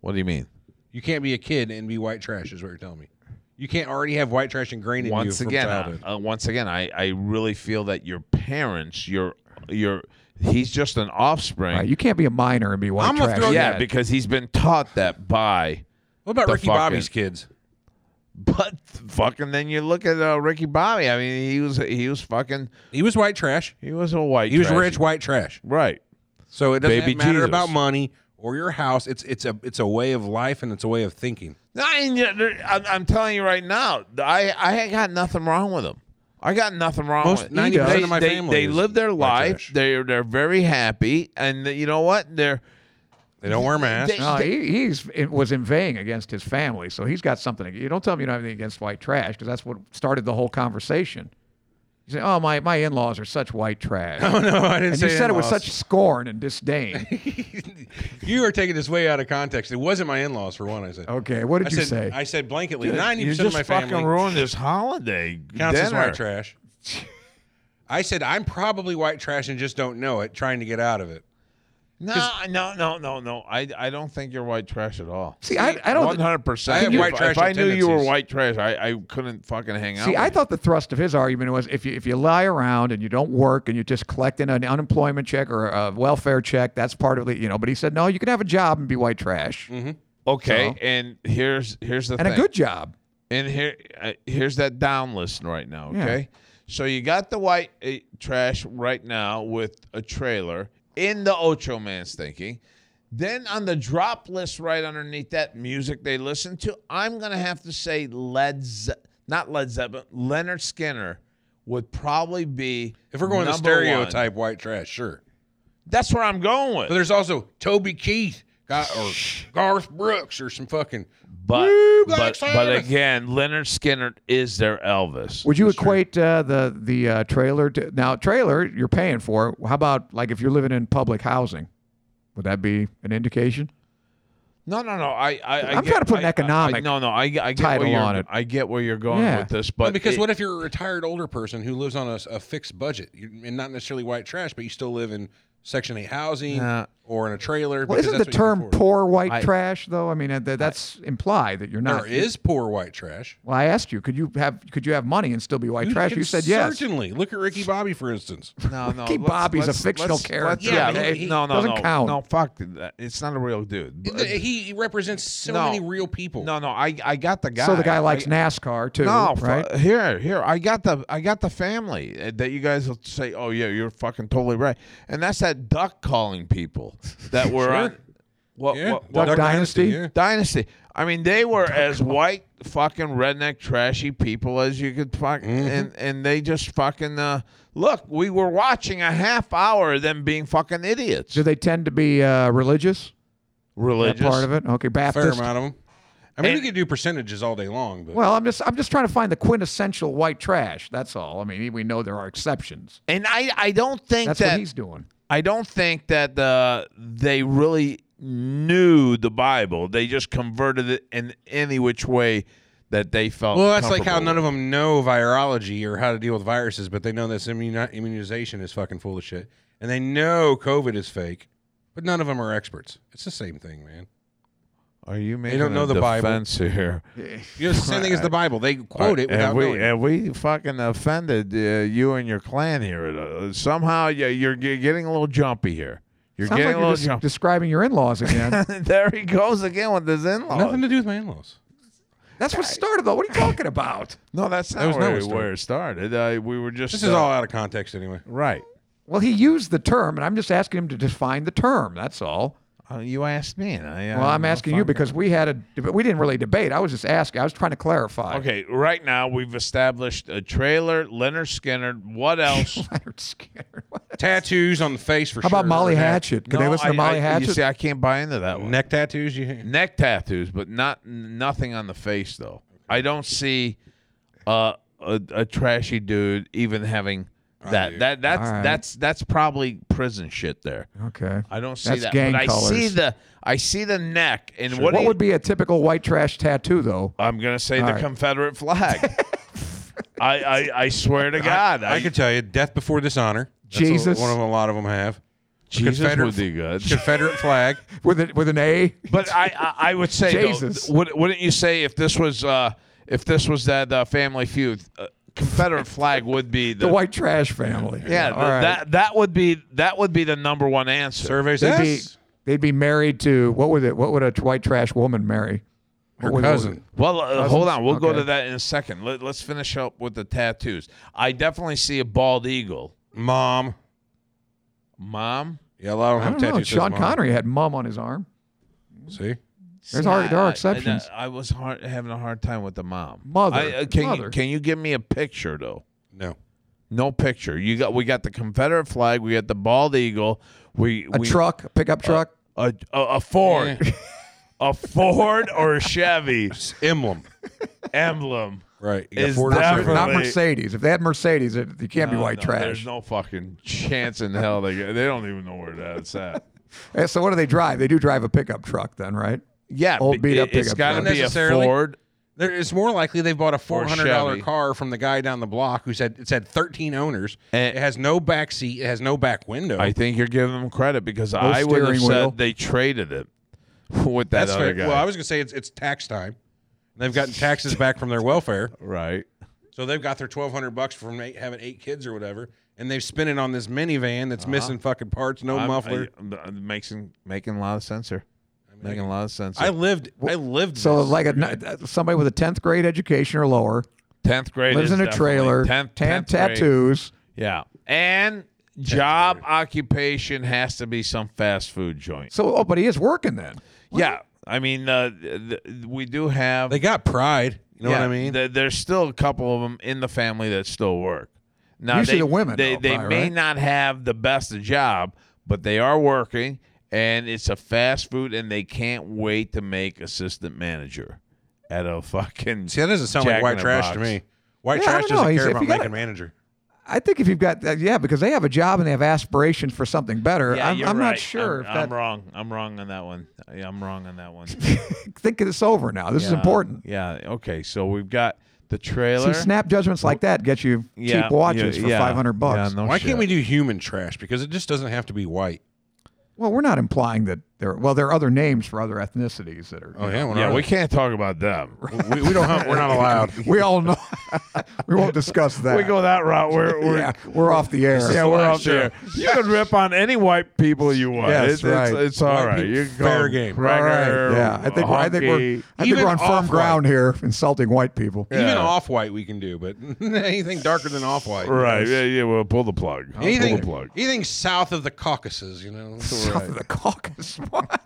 S6: what do you mean?
S5: You can't be a kid and be white trash, is what you're telling me. You can't already have white trash ingrained in you
S6: once
S5: from
S6: again,
S5: childhood.
S6: uh, uh, once again, I, I really feel that your parents, your your, he's just an offspring.
S4: Right, you can't be a minor and be white
S5: I'm gonna
S4: trash.
S5: throw-
S6: yeah,
S5: that.
S6: because he's been taught that by,
S5: what about
S6: the
S5: Ricky
S6: fucking-
S5: Bobby's kids?
S6: but fucking then you look at uh, Ricky Bobby. I mean, he was he was fucking
S5: He was white trash.
S6: he was a white.
S5: He was
S6: trash-
S5: rich white trash.
S6: right?
S5: So it doesn't
S6: Baby
S5: matter
S6: Jesus.
S5: about money or your house. It's it's a it's a way of life and it's a way of thinking.
S6: No, I ain't- I'm, I'm telling you right now, I I ain't got nothing wrong with him. I got nothing wrong
S5: Most
S6: with
S5: 90%
S6: They-
S5: of my
S6: they,
S5: family
S6: They
S5: is
S6: live their
S5: white
S6: life.
S5: trash.
S6: They're they're very happy, and you know what? They're
S5: They don't wear masks.
S6: They-
S4: No, he he's, it was inveighing against his family, so he's got something. You don't tell me you don't have anything against white trash because that's what started the whole conversation. You say, "Oh, my, my in-laws are such white trash,"
S5: oh no, I didn't
S4: and
S5: say
S4: you said it with
S5: in-laws.
S4: such scorn and disdain.
S5: you are taking this way out of context. It wasn't my in-laws for one. I said.
S4: Okay, what did
S5: I
S4: Oh, you say?
S5: said, I said blanketly. Ninety
S6: you
S5: percent of
S6: just
S5: my
S6: fucking
S5: family
S6: ruined this holiday
S5: counts as
S6: dinner.
S5: white trash. I said I'm probably white trash and just don't know it, trying to get out of it.
S6: No, no, no, no, no. I I don't think you're white trash at all.
S4: See, I, I don't
S6: One hundred percent.
S5: I have white trash
S6: If I knew you were
S5: tendencies.
S6: white trash, I, I couldn't fucking hang out.
S4: See, I
S6: with
S4: thought the thrust of his argument was if you if you lie around and you don't work and you're just collecting an unemployment check or a welfare check, that's part of the you know. But he said no, you can have a job and be white trash
S5: Mm-hmm.
S6: you. okay.
S4: so-
S6: And here's here's the
S4: and
S6: thing.
S4: a good job.
S6: and here uh, here's that down list right now
S4: Yeah.
S6: okay so you got the white uh, trash right now with a trailer in the ocho man's thinking then on the drop list right underneath that music they listen to i'm gonna have to say led Ze- not led zeppelin leonard skinner would probably be
S5: If we're going the
S6: number one.
S5: stereotype white trash, sure.
S6: that's where i'm going with
S5: But there's also Toby Keith guy, or Garth Brooks or some fucking.
S6: but
S5: Black
S6: but, but
S5: Sabbath.
S6: again leonard skinner is their elvis
S4: Would you equate uh, the the uh, trailer to now trailer you're paying for? How about like if you're living in public housing? Would that be an indication?
S6: No, no, no. I, I, I
S4: I'm trying to put an
S6: I- I- I,
S4: economic
S6: no, no. I, I get
S4: title
S6: where you're,
S4: on it.
S6: I get where you're going
S4: Yeah.
S6: with this, but
S5: But because
S6: it-
S5: what if you're a retired older person who lives on a, a fixed budget you, and not necessarily white trash, but you still live in Section 8 housing
S6: Nah.
S5: or in a trailer.
S4: Well,
S5: because
S4: isn't the
S5: that's what you can
S4: term
S5: afford.
S4: poor white
S6: I-
S4: trash though? I mean, uh, th- that's implied that you're not.
S5: There is poor white trash.
S4: Well, I asked you, could you have could you have money and still be white
S5: You
S4: trash?
S5: can
S4: You said yes.
S5: Certainly. Look at Ricky Bobby, for instance.
S6: No, no.
S4: Keith
S6: let's-
S4: Bobby's a
S6: let's-
S4: fictional
S6: let's- let's-
S4: character,
S6: Yeah,
S4: okay?
S6: he- no, no,
S4: Doesn't
S6: no,
S4: count.
S6: No, fuck that. It's not a real dude.
S5: He- he, he represents so
S6: No.
S5: many real people.
S6: No, no. I, I got the guy.
S4: So the guy
S6: I-
S4: likes NASCAR too,
S6: No, fu-
S4: right?
S6: here, here. I got the I got the family uh, that you guys will say, "Oh yeah, you're fucking totally right." And that's that duck calling people that were on what,
S5: Yeah.
S6: what,
S5: Well,
S6: what
S4: Duck Dynasty?
S5: yeah.
S6: dynasty. I mean, they were as white fucking redneck trashy people as you could fuck,
S5: Mm-hmm.
S6: and and they just fucking uh, look. We were watching a half hour of them being fucking idiots.
S4: Do they tend to be uh, religious?
S6: Religious
S4: That part of it, okay?
S5: Fair
S4: Baptist.
S5: amount of them. I mean,
S6: And-
S5: we could do percentages all day long, but
S4: Well, I'm just I'm just trying to find the quintessential white trash. That's all. I mean, we know there are exceptions.
S6: and I I don't think
S4: That's
S6: that
S4: what he's doing.
S6: I don't think that the they really knew the Bible. They just converted it in any which way that they felt.
S4: Oh,
S5: Well, that's like how none of them know virology or how to deal with viruses, but they know this immuni- immunization is fucking full of shit, and they know COVID is fake, but none of them are experts. It's the same thing, man.
S6: Are you making
S5: don't know
S6: a
S5: the Bible.
S6: defense here?
S5: You know, it's the same thing as the Bible. They quote it without
S6: have we
S5: knowing.
S6: have we fucking offended uh, you and your clan here? Uh, somehow you- you're, you're getting a little jumpy here. You're
S4: Sounds
S6: getting
S4: like
S6: a
S4: you're
S6: little
S4: just
S6: jumpy.
S4: describing your in-laws again.
S6: there he goes again with his in-laws.
S5: Nothing to do with my in-laws.
S4: That's what started though. What are you talking about?
S6: no, that's
S5: That
S6: not
S5: was
S6: where,
S5: not
S6: it-
S5: what
S6: where it started. Uh, we were just
S5: This is
S6: uh,
S5: all out of context anyway.
S6: right.
S4: Well, he used the term, and I'm just asking him to define the term. That's all.
S6: Uh, you asked me. And I, uh,
S4: Well, I'm asking you because we had a deb- we didn't really debate. I was just asking. I was trying to clarify.
S6: Okay, right now we've established a trailer, Leonard Skinner. What else?
S4: Leonard Skinner. What?
S5: Tattoos on the face for
S4: How
S5: sure.
S4: about Molly
S5: Neck-
S4: Hatchet? Can they
S6: No,
S4: listen to
S6: I-
S4: Molly
S6: I- You
S4: Hatchet?
S6: see, I can't buy into that one. Neck,
S5: Neck tattoos? You,
S6: tattoos, but not nothing on the face though. I don't see uh, a, a trashy dude even having that.
S5: do.
S6: That that's
S4: All right.
S6: that's that's probably prison shit there.
S4: okay.
S6: I don't see
S4: That's
S6: that.
S4: gang
S6: but I see
S4: colors.
S6: the I see the neck and what,
S4: What,
S6: do you-
S4: would be a typical white trash tattoo, though?
S6: I'm gonna say the
S4: right.
S6: Confederate flag. I, I I swear to God,
S5: I, could tell you, death before dishonor. That's
S4: Jesus.
S5: A, one of a lot of them have.
S6: Jesus
S5: Confederate-
S6: would be good.
S5: Confederate flag.
S4: With a, with an A?
S6: But I, I, I would say, though,
S4: Jesus.
S6: th- would, wouldn't you say if this was, uh, if this was that uh, Family Feud, uh, Confederate flag would be the,
S4: The white trash family.
S6: Yeah,
S4: All
S6: th-
S4: right.
S6: that that would be that would be the number one answer.
S5: Survey
S4: They'd
S5: says
S4: be, they'd be married to what would it? What would a white trash woman marry? What
S5: her
S4: would-
S5: cousin.
S6: Well, uh, hold on. We'll go
S4: Okay.
S6: to that in a second. Let, let's finish up with the tattoos. I definitely see a bald eagle.
S5: Mom.
S6: Mom,
S5: Yeah, a lot of
S4: I
S5: them
S4: don't
S5: have
S4: know.
S5: tattoos. says
S4: Sean
S5: mom.
S4: Connery had mum on his arm.
S5: See?
S4: There's already- there are
S6: I- I-
S4: exceptions.
S6: I, was hard, having a hard time with the mom.
S4: Mother.
S6: I, uh, can
S4: Mother.
S6: you can you give me a picture though?
S5: No.
S6: No picture. You got we got the Confederate flag. We got the bald eagle. We
S4: A
S6: we,
S4: truck, a pickup truck.
S6: a, a, a Ford, a Ford or a Chevy
S5: It's emblem.
S6: emblem.
S5: Right. You got
S6: Is
S5: Ford or
S6: that-
S5: Chevrolet.
S4: Not
S6: Really?
S4: Mercedes. If they had Mercedes, it, you can't be
S6: Uh, No,
S4: white
S6: Oh, no,
S4: trash.
S6: There's no fucking chance in hell they get, they don't even know where that's at.
S4: Eh, So what do they drive? They do drive a pickup truck, then, right?
S6: Yeah,
S4: Old
S6: be-
S4: beat-up
S6: it, has
S4: pickup
S6: got to
S5: truck.
S6: be a
S5: Necessarily.
S6: Ford.
S5: There, it's more likely they bought a four hundred dollar
S6: Chevy.
S5: car from the guy down the block who said it's had thirteen owners.
S6: And-
S5: it has no back seat. It has no back window.
S6: I think you're giving them credit because I would have
S4: steering wheel.
S6: said they traded it with that
S5: That's
S6: other
S5: fair.
S6: guy.
S5: Well, I was gonna say it's, it's tax time. They've gotten taxes back from their welfare,
S6: right.
S5: so they've got their twelve hundred bucks from eight, having eight kids or whatever, and they've spent it on this minivan that's missing fucking parts, no
S6: I'm-
S5: muffler.
S6: I, am making making a lot of sense here. Making a lot of sense.
S5: I, lived. I lived.
S4: So
S5: this.
S4: like a n- somebody with a tenth grade education or lower
S6: tenth grade
S4: lives
S6: is
S4: in a
S6: definitely-
S4: trailer,
S6: Tenth,
S4: tan
S6: tenth grade.
S4: tattoos.
S6: Yeah. And job occupation has to be some fast food joint.
S4: So oh, but he is working then.
S6: Yeah. I mean, uh, th- th- we do have.
S5: they got pride. You know
S6: yeah,
S5: what I mean?
S6: th- there's still a couple of them in the family that still work. Now,
S4: Usually
S6: they,
S4: the women,
S6: They,
S4: though,
S6: they
S4: probably,
S6: may
S4: right?
S6: not have the best of job, but they are working, and it's a fast food, and they can't wait to make assistant manager at a fucking.
S5: See, that doesn't sound
S6: Jack
S5: like
S6: in
S5: white
S6: the
S5: trash to
S6: Box.
S5: me.
S4: Yeah,
S5: White
S4: I
S5: trash
S4: don't know.
S5: doesn't
S4: He's- if
S5: care about
S4: you gotta-
S5: making manager.
S4: I think if you've got that, yeah, because they have a job and they have aspirations for something better.
S6: Yeah,
S4: I'm,
S6: you're
S4: I'm
S6: right.
S4: not sure.
S6: I'm,
S4: if that,
S6: I'm wrong. I'm wrong on that one. Yeah, I'm wrong on that one.
S4: think this over now. This is
S6: Yeah.
S4: important.
S6: Yeah. Okay. So we've got the trailer.
S4: See, snap judgments like that get you
S6: Yeah,
S4: cheap watches
S6: yeah,
S4: for
S6: yeah.
S4: five hundred bucks.
S6: Yeah, no
S5: Why
S6: Oh, shit.
S5: can't we do human trash? Because it just doesn't have to be white.
S4: Well, we're not implying that there. Well, there are other names for other ethnicities that are.
S5: Oh yeah,
S6: Yeah, we can't talk about them.
S5: we, we don't. Have, we're not allowed.
S4: We all know. we won't discuss that.
S6: We go that route. We're, we're
S4: yeah, we're off the air.
S6: Yeah, we're out
S5: show.
S6: there. You can rip on any white people you want.
S4: Yes,
S6: it's, it's-
S4: right.
S6: it's, all
S5: White
S6: right.
S5: people,
S6: You can call
S5: fair
S6: them
S5: game.
S4: All right.
S6: Bragger,
S4: Yeah, I think we're- I think we're
S6: honky.
S4: I think
S5: Even
S4: we're on firm
S5: off-white.
S4: ground here, insulting white people.
S5: Even
S6: Yeah.
S5: off white we can do, but anything darker than off white.
S6: Right. Yeah, yeah. Well, pull the plug. Pull
S5: Anything,
S6: the plug.
S5: anything south of the Caucasus, you know. that's where
S4: The caucus. What?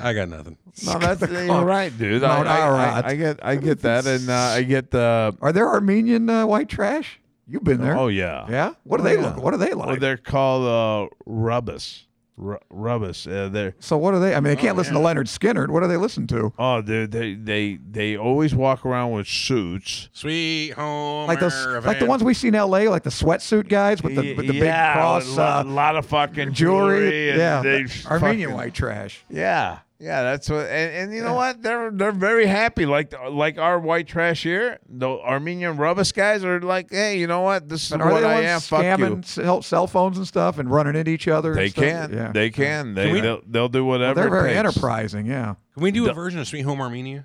S5: I got nothing.
S4: No, that's the
S6: All
S4: caucus.
S6: right, dude. I,
S4: Mount
S6: I- I-
S4: Ararat.
S6: I get, I get that, and uh, I get the.
S4: Are there Armenian uh, white trash? You've been there.
S6: Oh yeah.
S4: yeah. What do
S6: Oh,
S4: they
S6: yeah.
S4: look? What do they
S6: Well,
S4: like?
S6: they're called uh, rubbus. Ru- rubbus. Uh, they're
S4: so what are they? I mean, they can't listen to Leonard Skinner. What do they listen to?
S6: oh, they they they they always walk around with suits.
S5: Sweet home.
S4: Like those, like the ones we see in L.A., like the sweatsuit guys with the with the
S6: yeah,
S4: big cross
S6: a
S4: uh,
S6: lot, of fucking
S4: jewelry.
S6: jewelry. and
S4: yeah,
S6: they
S4: the Armenian
S6: fucking-
S4: white trash.
S6: Yeah, yeah, that's what. And, and you know what? They're they're very happy. Like like our white trash here, the Armenian rubbish guys are like, hey, you know what? This is
S4: But are
S6: what
S4: they the
S6: I
S4: ones
S6: am. Fuck you.
S4: scamming cell, cell phones and stuff and running into each other? and
S6: They
S4: stuff?
S6: can.
S4: Yeah.
S6: They can. They they'll, they'll do whatever.
S4: They're
S6: it
S4: very
S6: takes.
S4: enterprising. Yeah.
S5: Can we do a version of Sweet Home Armenia?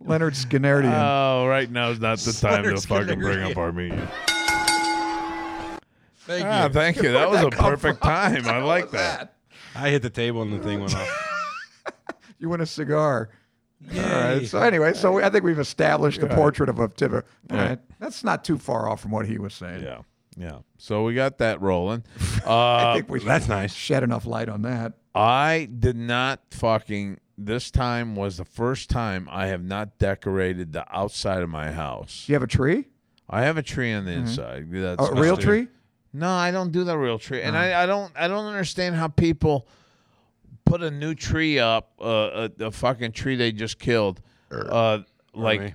S4: Leonard Skinnerian.
S6: Oh, right now is not the time to
S5: Leonard's
S6: fucking
S5: gonna
S6: bring
S5: read.
S6: up Armenia.
S5: Thank
S6: Ah,
S5: you.
S6: thank you. That was a perfect time. I like that.
S5: I hit the table and the thing went off.
S4: you win a cigar. All
S5: Yay.
S4: right. So anyway, so we, I think we've established the portrait of a Tivit. All right. That's not too far off from what he was saying.
S6: Yeah, yeah. So we got that rolling.
S4: I
S6: Uh,
S4: think we
S5: Oh, That's nice.
S4: shed enough light on that.
S6: I did not fucking. This time was the first time I have not decorated the outside of my house.
S4: Do you have a tree?
S6: I have a tree on the inside. That's
S4: Mm-hmm. A real
S6: not-
S4: tree? Uh-huh.
S6: No, I don't do the real tree, and I, I don't I don't understand how people put a new tree up, uh, a, a fucking tree they just killed,
S4: Er,
S6: uh, like
S5: me.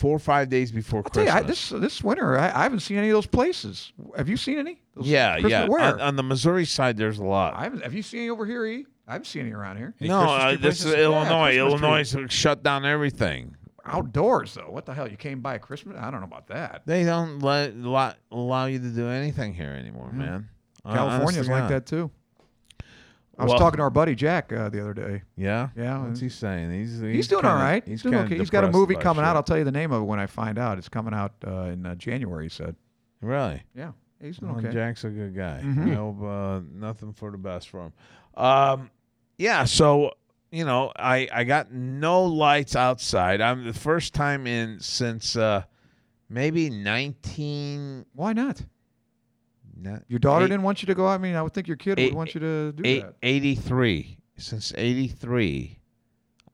S6: four or five days before
S4: Tell you,
S6: Christmas.
S4: I, this this winter, I, I haven't seen any of those places. Have you seen any? Those
S6: yeah,
S4: Christmas-
S6: yeah. Uh,
S4: Where?
S6: On, on the Missouri side, there's a lot.
S4: I haven't, have you seen any over here, E? I haven't seen any around here.
S6: no,
S5: Christmas
S6: uh,
S5: tree
S6: this is
S5: places?
S6: Illinois.
S4: Christmas
S6: Illinois shut down everything.
S4: Outdoors though. What the hell? You came by Christmas? I don't know about that.
S6: They don't let, lo- allow you to do anything here anymore, man. Uh, honest
S4: Mm-hmm. California's
S6: to
S4: like
S6: God.
S4: that too. I was
S6: Well-
S4: talking to our buddy Jack uh, the other day.
S6: Yeah,
S4: Yeah,
S6: What's he saying? He's he's,
S4: He's, doing all
S6: kinda-
S4: right. He's doing
S6: kinda
S4: okay. He's got a
S6: depressed
S4: movie
S6: about
S4: coming
S6: shit.
S4: out. I'll tell you the name of it when I find out. It's coming out uh, in uh, January. He said.
S6: Really?
S4: Yeah, he's doing
S6: Well,
S4: okay. Mm-hmm.
S6: Jack's a good guy. I hope uh, nothing for the best for him. Um, yeah, so you know, I I got no lights outside. I'm the first time in since uh, maybe nineteen.
S4: Why not?
S6: ni-
S4: Your daughter
S6: eight-
S4: didn't want you to go. out? I mean, I would think your kid
S6: eight-
S4: would want you to do
S6: eight-
S4: that.
S6: 83 since 83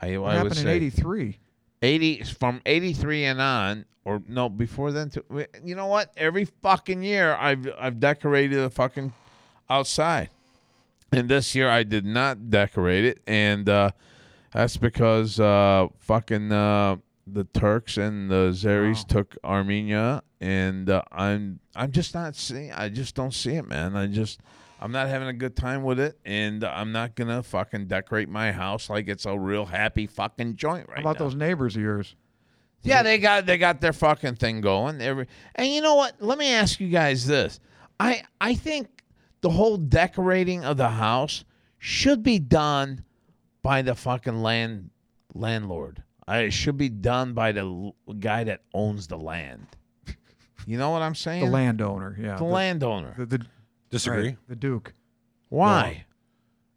S6: I, I
S4: What
S6: would
S4: happened in
S6: say
S4: '83?
S6: 80 from 83 and on or no before then to, you know what every fucking year I've I've decorated the fucking outside and this year I did not decorate it and uh that's because uh fucking uh the Turks and the Zeris took Armenia and uh, I'm I'm just not seeing I just don't see it man I just I'm not having a good time with it and I'm not going to fucking decorate my house like it's a real happy fucking joint right
S4: How about
S6: now.
S4: those neighbors of yours?
S6: Yeah, they got they got their fucking thing going. Every and you know what? Let me ask you guys this. I I think the whole decorating of the house should be done by the fucking land landlord. I, it should be done by the l- guy that owns the land. You know what I'm saying?
S4: The landowner. Yeah.
S6: The landowner.
S4: The, the,
S5: Disagree.
S4: right, the Duke.
S6: Why?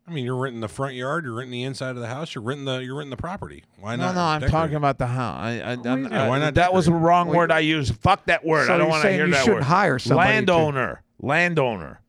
S5: I mean, you're renting the front yard, you're renting the inside of the house, you're renting the you're renting the property. Why
S6: No,
S5: not?
S6: no, I'm
S5: decorate?
S6: talking about the house. I, I, I,
S4: you
S5: doing? Why
S6: that
S5: not
S6: was the wrong
S4: Well,
S6: word I used. Fuck that word.
S4: So
S6: I don't
S4: you're
S6: want to
S4: saying
S6: hear
S4: you
S6: that
S4: shouldn't
S6: word.
S4: hire somebody to-
S6: Landowner. Landowner.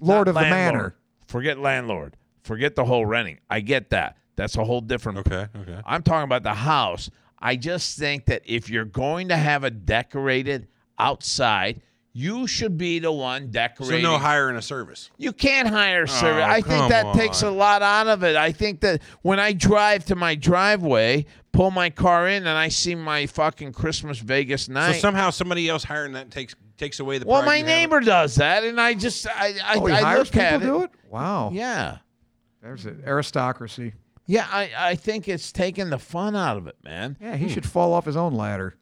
S4: Lord of
S6: Not
S4: the
S6: landlord.
S4: manor.
S6: Forget landlord. Forget the whole renting. I get that. That's a whole different.
S5: Okay, okay.
S6: I'm talking about the house. I just think that if you're going to have a decorated outside, you should be the one
S5: So
S6: decorating.
S5: no hiring a service.
S6: you can't hire service.
S5: Oh,
S6: I think
S5: come
S6: that takes a
S5: on.
S6: lot out of it. I think that when I drive to my driveway, pull my car in, and I see my fucking Christmas Vegas night.
S5: so somehow somebody else hiring that takes takes away the.
S6: well,
S5: pride
S6: my
S5: you have.
S6: neighbor does that, and I just I I,
S4: Oh, he
S6: I
S4: hires
S6: look
S4: people
S6: at
S4: to do it. Wow.
S6: Yeah.
S4: There's an aristocracy.
S6: Yeah, I, I think it's taking the fun out of it, man.
S4: Yeah, he should fall off his own ladder.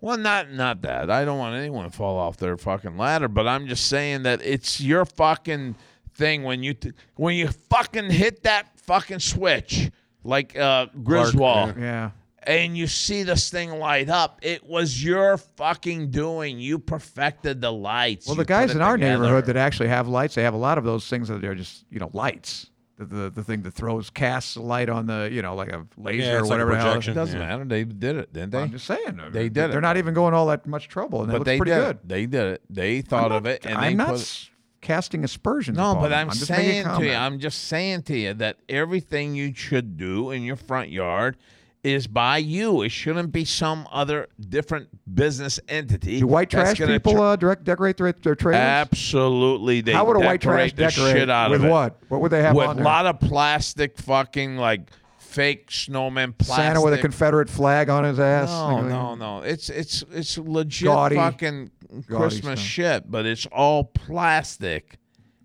S6: Well, not not that. I don't want anyone to fall off their fucking ladder, but I'm just saying that it's your fucking thing when you t- when you fucking hit that fucking switch like uh, Griswold
S4: Yeah.
S6: and you see this thing light up. It was your fucking doing. You perfected the lights.
S4: Well,
S6: You
S4: the
S6: put
S4: guys
S6: it
S4: in our
S6: together.
S4: neighborhood that actually have lights, they have a lot of those things that are just you know lights. The, the, the thing that throws casts a light on the you know like a laser
S5: Yeah,
S4: or
S5: it's like a
S4: whatever. the hell it is.
S5: projection.
S6: doesn't matter. They did it, didn't they?
S4: I'm just saying uh,
S6: They did
S4: They're
S6: it.
S4: not even going all that much trouble, and it
S6: but
S4: looks
S6: they
S4: pretty
S6: did
S4: good.
S6: it. They did it. They thought of it, and
S4: I'm
S6: they
S4: not
S6: put it-
S4: s- casting aspersions.
S6: No,
S4: upon
S6: but
S4: them.
S6: I'm,
S4: just making a
S6: saying to you,
S4: comment.
S6: I'm just saying to you that everything you should do in your front yard is by you. It shouldn't be some other different business entity.
S4: Do white
S6: that's
S4: trash
S6: gonna
S4: people
S6: tr-
S4: uh, direct decorate their, their trailers?
S6: absolutely. They
S4: How would a white trash
S6: decorate the
S4: decorate
S6: shit out
S4: with
S6: of it.
S4: what? What would they have
S6: With
S4: on
S6: a
S4: there?
S6: lot of plastic, fucking like fake snowman plastic.
S4: Santa with a Confederate flag on his ass.
S6: No,
S4: Like,
S6: no, no. It's it's it's legit
S4: Gaudy-
S6: fucking Christmas
S4: stuff.
S6: shit, but it's all plastic.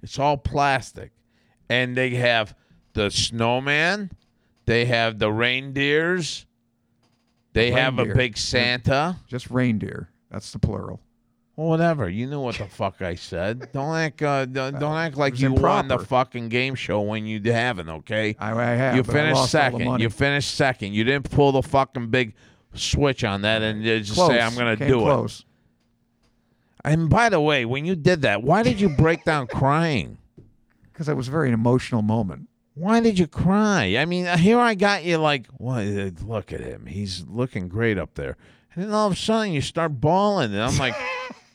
S6: It's all plastic. And they have the snowman, they have the reindeers, they have a
S4: Reindeer.
S6: big Santa.
S4: Just reindeer. That's the plural.
S6: Well, whatever. You knew what the fuck I said. Don't act uh, don't, don't act like
S4: was
S6: you won the
S4: improper.
S6: fucking game show when you haven't, okay?
S4: I, I have.
S6: you
S4: but I
S6: finished
S4: lost all the
S6: second.
S4: money.
S6: You finished second. You didn't pull the fucking big switch on that and just
S4: close.
S6: say I'm going to
S4: Came
S6: do it.
S4: close.
S6: And by the way, when you did that, why did you break down crying?
S4: because it was a very emotional moment.
S6: Why did you cry? I mean, uh, here I got you like, well, uh, look at him. He's looking great up there. And then all of a sudden you start bawling. And I'm like,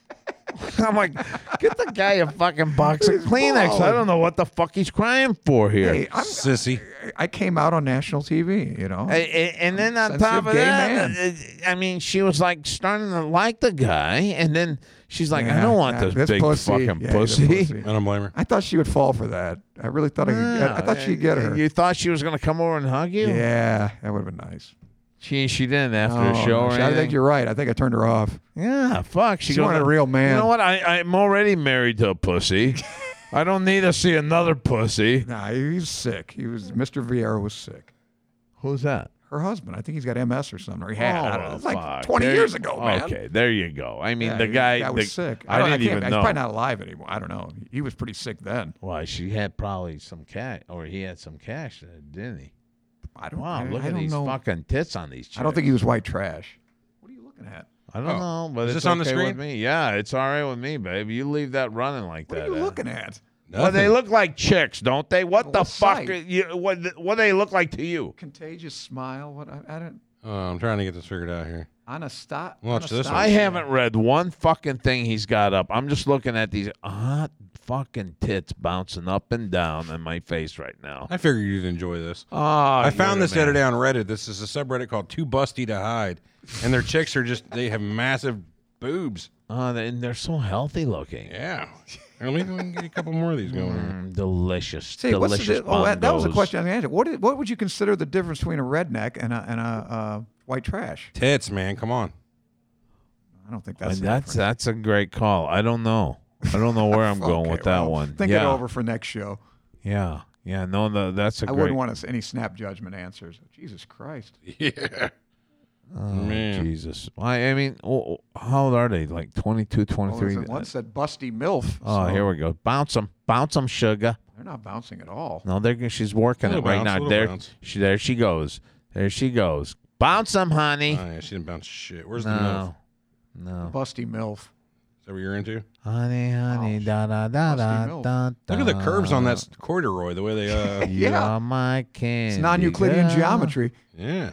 S6: I'm like, get the guy a fucking box of Kleenex. I don't know what the fuck he's crying for here.
S4: Hey, I'm,
S5: Sissy.
S4: I came out on national TV. You know,
S6: A- a- and then on
S4: Sensitive
S6: top of
S4: gay
S6: that,
S4: man.
S6: uh, I mean, she was like starting to like the guy, and then she's like, "I
S4: Yeah,
S6: don't want
S4: yeah,
S6: this,
S4: this
S6: big
S4: pussy.
S6: fucking
S4: Yeah, the
S6: pussy.
S4: pussy.
S5: I don't blame her.
S4: I thought she would fall for that. I really thought I could. Get, I thought she'd get her.
S6: You thought she was gonna come over and hug you?
S4: Yeah, that would have been nice.
S6: She she didn't after
S4: No,
S6: the show
S4: no,
S6: or
S4: she- I think
S6: anything.
S4: you're right. I think I turned her off.
S6: yeah, fuck. She
S4: She wanted
S6: goes,
S4: a real man.
S6: You know what? I I'm already married to a pussy. I don't need to see another pussy.
S4: Nah, he was sick. He was Mr. Vieira was sick.
S6: Who's that?
S4: Her husband, I think he's got MS or something. Or he had. I don't know.
S6: well,
S4: It's like
S6: Oh, fuck.
S4: 20
S6: There-
S4: years ago, man.
S6: Okay, there you go. I mean,
S4: Yeah,
S6: the
S4: he-
S6: guy
S4: that was
S6: the-
S4: sick.
S6: I,
S4: don't-
S6: didn't
S4: can't-
S6: even know.
S4: He's probably not alive anymore. I don't know. He was pretty sick then.
S6: Why she had probably some cash, or he had some cash, uh, didn't he?
S4: I don't.
S6: Wow,
S4: I,
S6: look
S4: I
S6: at
S4: don't
S6: these
S4: know.
S6: fucking tits on these. Chicks.
S4: I don't think he was white trash. What are you looking at?
S6: I don't
S4: Oh.
S6: know, but
S5: Is
S6: it's
S5: this on the
S6: okay with
S5: screen?
S6: me. Yeah, it's all right with me, babe. You leave that running like
S4: What
S6: that.
S4: are you
S6: uh,
S4: looking at?
S6: Well, they
S5: Nothing.
S6: look like chicks, don't they? What the
S4: What
S6: fuck?
S4: site?
S6: Are you, what what they look like to you?
S4: Contagious smile. What I, I don't.
S5: Oh, I'm trying to get this figured out here.
S4: Anastas.
S5: Watch this
S6: I haven't read one fucking thing he's got up. I'm just looking at these hot fucking tits bouncing up and down in my face right now.
S5: I figured you'd enjoy this.
S6: Oh,
S5: I found this the other day on Reddit. This is a subreddit called Too Busty to Hide. And their chicks are just, they have massive boobs.
S6: Oh, and they're so healthy looking.
S5: Yeah. Here, let me go and get a couple more of these going. here.
S6: Mm, delicious,
S4: See, what's
S6: delicious.
S4: the, oh, that, that was a
S6: bongos.
S4: question I was gonna ask you. What, is, what would you consider the difference between a redneck and a, and a uh, white trash?
S5: Tits, man. Come on.
S4: I don't think
S6: And
S4: that's. the
S6: that's
S4: difference.
S6: that's a great call. I don't know. I don't know where I'm going
S4: Okay,
S6: with that
S4: well,
S6: one.
S4: Think
S6: yeah.
S4: it over for next show.
S6: Yeah, yeah. No, no that's a
S4: I
S6: great.
S4: wouldn't want us any snap judgment answers. Jesus Christ.
S5: Yeah.
S6: Oh,
S5: Man.
S6: Jesus. I, I mean, oh, oh, how old are they? Like 22,
S4: Well,
S6: 23?
S4: there's that one said busty milf.
S6: oh,
S4: so
S6: here we go. Bounce them, bounce them, sugar.
S4: They're not bouncing at all.
S6: No, they're g- she's working it
S5: Little
S6: right
S5: bounce,
S6: now.
S5: little
S6: There,
S5: bounce.
S6: she, there she goes. There she goes. Bounce them, honey.
S5: Oh, yeah, she didn't bounce shit. Where's the milf?
S6: no, no,
S4: Busty milf.
S5: Is that what you're into?
S6: honey, honey,
S4: Ouch.
S6: da da da da
S4: milk.
S6: da.
S5: Look at the
S6: da.
S5: curves on that s- corduroy, the way they, uh,
S6: You
S4: Yeah.
S6: are my candy.
S4: It's non-Euclidean
S6: girl.
S4: geometry.
S5: yeah.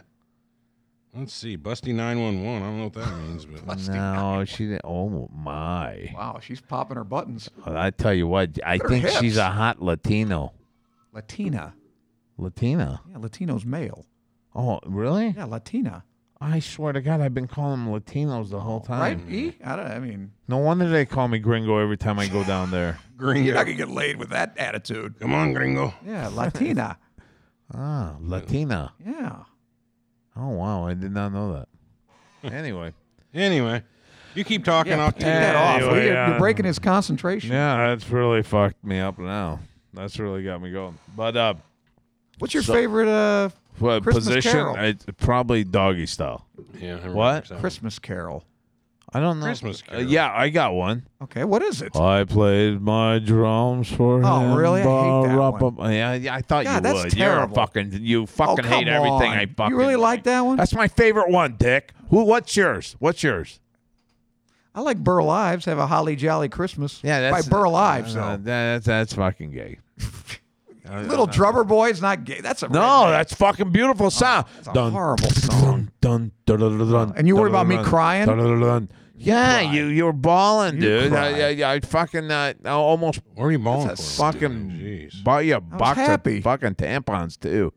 S5: Let's see. Busty 911. I don't know what that means, but
S6: No, she didn't. Oh my!
S4: Wow, she's popping her buttons.
S6: Well, I tell you what, I
S4: her
S6: think she's
S4: hips.
S6: a hot Latino.
S4: Latina.
S6: Latina.
S4: Yeah, Latino's male.
S6: Oh, really?
S4: Yeah, Latina.
S6: I swear to God, I've been calling them Latinos the whole time.
S4: Right? E? I, don't, I mean,
S6: No wonder they call me Gringo every time I go down there.
S4: you're
S5: gringo.
S4: not going to get laid with that attitude.
S5: Come on, gringo.
S4: Yeah, Latina.
S6: ah, Latina.
S4: yeah.
S6: Oh wow, I did not know that. Anyway.
S5: Anyway, you keep talking.
S4: Yeah,
S5: I'll
S4: take that off.
S6: Anyway,
S4: you're,
S6: uh,
S4: you're breaking his concentration.
S6: yeah, that's really fucked me up now. That's really got me going. But uh,
S4: What's your favorite uh,
S6: what
S4: Christmas
S6: position?
S4: Carol.
S6: It's probably doggy style.
S5: Yeah, I remember
S6: What?
S5: that one.
S4: Christmas carol?
S6: I don't know.
S5: Christmas
S6: Uh,
S5: Carol.
S6: yeah, I got one.
S4: Okay, what is it?
S6: I played my drums for
S4: Oh,
S6: him.
S4: really? I hate that
S6: ba-ra-ba-ba. Yeah, yeah, I thought
S4: God,
S6: you
S4: that's
S6: would.
S4: terrible. Oh,
S6: You're a fucking. You fucking
S4: come
S6: hate everything.
S4: on.
S6: I
S4: You
S6: fucking.
S4: really like that one?
S6: That's my favorite one, Dick. Who? What's yours? What's yours?
S4: I like Burl Ives. Have a holly jolly Christmas.
S6: Yeah, that's
S4: by Burl
S6: Uh,
S4: Ives. though.
S6: that- that's that's fucking gay.
S4: Little drummer boy's not gay. That's a
S6: No, that's fucking beautiful sound.
S4: Oh, a horrible song.
S6: Dun, dun, dun, dun, dun,
S4: And you worry about me
S6: dun,
S4: crying?
S6: dun, dun, dun. Yeah, you you were bawling, dude. I,
S4: cried.
S6: I, I fucking uh, I almost
S5: Where are you balling
S6: That's
S5: for?
S6: fucking
S5: Jeez.
S6: bought you a box
S4: happy.
S6: of fucking tampons too.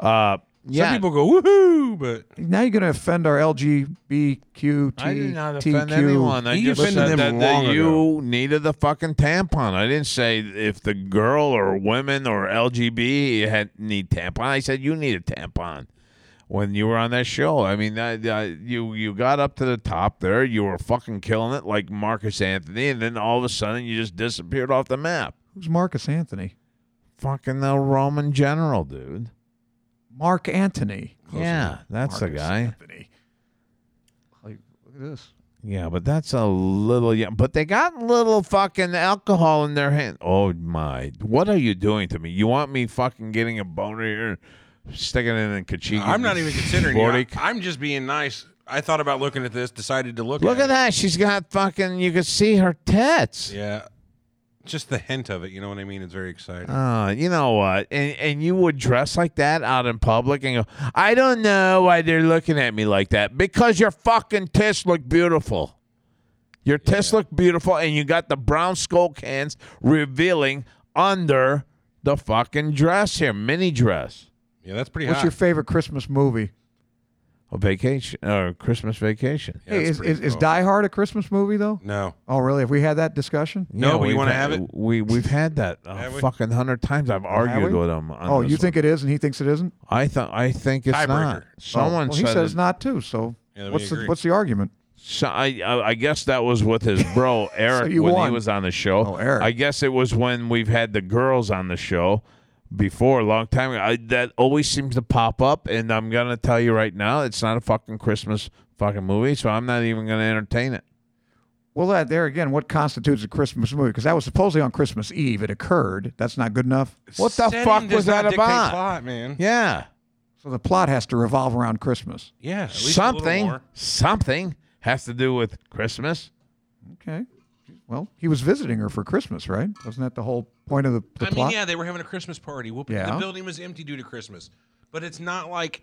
S6: uh, yeah.
S5: Some people go woohoo, but
S4: now you're gonna offend our LGBTQ.
S6: I did not offend anyone. I
S5: You
S6: just said
S5: offended
S6: that,
S5: them
S6: that
S5: long ago.
S6: you needed the fucking tampon. I didn't say if the girl or women or LGB had need tampon. I said you need a tampon when you were on that show. I mean, that, that- you you got up to the top there. You were fucking killing it like Marcus Anthony, and then all of a sudden you just disappeared off the map.
S4: Who's Marcus Anthony?
S6: Fucking the Roman general, dude.
S4: Mark Antony.
S6: yeah, that's the
S4: Marcus
S6: guy.
S4: Anthony. Like, look at this.
S6: Yeah, but that's a little yeah. But they got little fucking alcohol in their hand. Oh my! What are you doing to me? You want me fucking getting a boner here, sticking it in Kachiki?
S5: I'm not even considering
S6: Forty-
S5: you. I, am just being nice. I thought about looking at this, decided to look.
S6: Look
S5: at,
S6: at
S5: it.
S6: that! She's got fucking. You can see her tits.
S5: Yeah, just the hint of it. You know what I mean? It's very exciting.
S6: Uh, you know what? And and you would dress like that out in public and go, I don't know why they're looking at me like that. Because your fucking tits look beautiful. Your tits look beautiful, and you got the brown skull cans revealing under the fucking dress here, mini dress.
S5: yeah, that's pretty
S4: What's
S5: hot.
S4: your favorite Christmas movie?
S6: A vacation or Christmas vacation.
S5: Yeah,
S4: hey,
S5: that's
S4: is,
S5: pretty
S4: is, is
S5: cool.
S4: Die Hard a Christmas movie though?
S5: no.
S4: Oh, really? Have we had that discussion?
S5: No, but you
S6: we've
S5: wanna
S6: had-
S5: have it?
S6: We we've had that a
S5: Have we?
S6: fucking hundred times. I've argued
S4: we?
S6: with him. on
S4: Oh,
S6: this
S4: you
S6: one.
S4: think it is, and he thinks it isn't.
S6: I thought I think it's not.
S5: Tiebreaker.
S6: Someone
S4: oh, well, he
S6: said
S4: says
S6: it-
S4: not too. So
S5: Yeah, we
S4: what's the
S5: agree.
S4: what's the argument?
S6: So I, I I guess that was with his bro Eric
S4: you
S6: when
S4: won.
S6: he was on the show.
S4: Oh, Eric.
S6: I guess it was when we've had the girls on the show before a long time ago. I, that always seems to pop up, and I'm gonna tell you right now, it's not a fucking Christmas fucking movie, so I'm not even gonna entertain it.
S4: Well, that there again, what constitutes a Christmas movie? Because that was supposedly on Christmas Eve. It occurred. That's not good enough.
S6: What the
S5: Setting
S6: fuck
S5: does
S6: was
S5: not
S6: that
S5: dictate
S6: about?
S5: Plot, man.
S6: Yeah,
S4: So the plot has to revolve around Christmas.
S5: Yeah, at least a little
S6: something
S5: more.
S6: something has to do with Christmas.
S4: Okay. Well, he was visiting her for Christmas, right? Wasn't that the whole point of the, the
S5: I
S4: plot?
S5: mean, yeah, they were having a Christmas party. Whoop,
S4: Yeah.
S5: The building was empty due to Christmas, but it's not like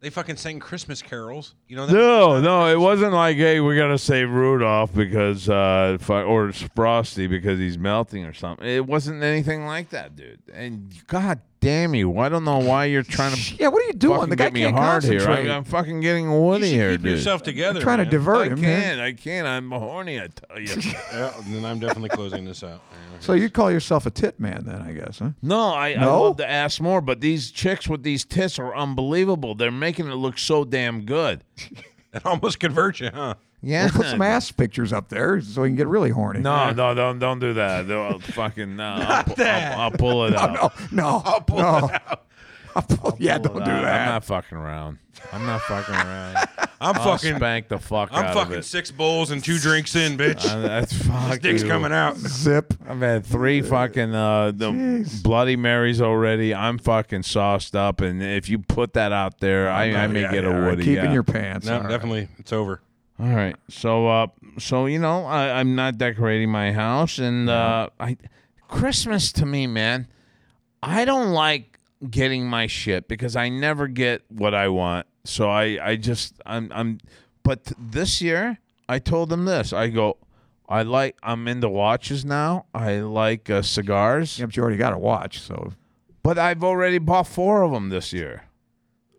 S5: they fucking sang Christmas carols. You know? That
S6: No,
S5: uh,
S6: no, it wasn't like, hey, we gotta save Rudolph because, uh, fu- or it's Frosty because he's melting or something. It wasn't anything like that, dude. And god damn you, I don't know why you're trying to
S4: Yeah, what are you doing?
S6: fucking
S4: The guy
S6: get me
S4: can't
S6: hard here. I,
S4: concentrate.
S6: am fucking getting woody
S5: You should
S6: here,
S5: keep
S6: dude.
S5: yourself together.
S4: trying to
S5: man.
S4: divert
S6: I
S4: him. man.
S6: can't, I can't. I'm horny. I tell you.
S5: Yeah, then I'm definitely closing this out. Yeah,
S4: So you'd call yourself a tit man then, I guess, huh?
S6: No, I, I
S4: No?
S6: love to ask more, but these chicks with these tits are unbelievable. They're making it look so damn good.
S5: That almost converts you, huh?
S6: Yeah.
S4: Put some ass pictures up there so he can get really horny.
S6: No, no, don't don't do that. Don't- fucking no. I'll, pu- I'll-
S5: that.
S6: I'll, pull it out.
S4: Oh, no, no, I'll pull no. I'll pull- yeah, don't do
S6: Nah, I'm
S4: that.
S6: not fucking around. I'm not fucking around.
S5: I'm
S6: I'll
S5: fucking.
S6: spank the fuck
S5: I'm
S6: out
S5: fucking
S6: of it.
S5: six bowls and two drinks in, bitch.
S6: Uh, that's fuck
S5: Dick's
S6: you.
S5: coming out.
S4: Zip.
S6: I've had three fucking uh, the Bloody Marys already. I'm fucking sauced up, and if you put that out there, I, I may
S4: Yeah,
S6: get
S4: yeah, all
S6: a
S4: right,
S6: Woody.
S4: Keeping
S6: yeah.
S4: your pants.
S5: No,
S4: all right.
S5: definitely, it's over.
S6: All right, so uh, so you know, I, I'm not decorating my house, and uh, I Christmas to me, man, I don't like getting my shit because I never get what I want. So I, I just I'm I'm, but this year I told them this. I go, I like I'm into watches now. I like uh, cigars,
S4: Yeah, but you already got a watch, so
S6: but I've already bought four of them this year.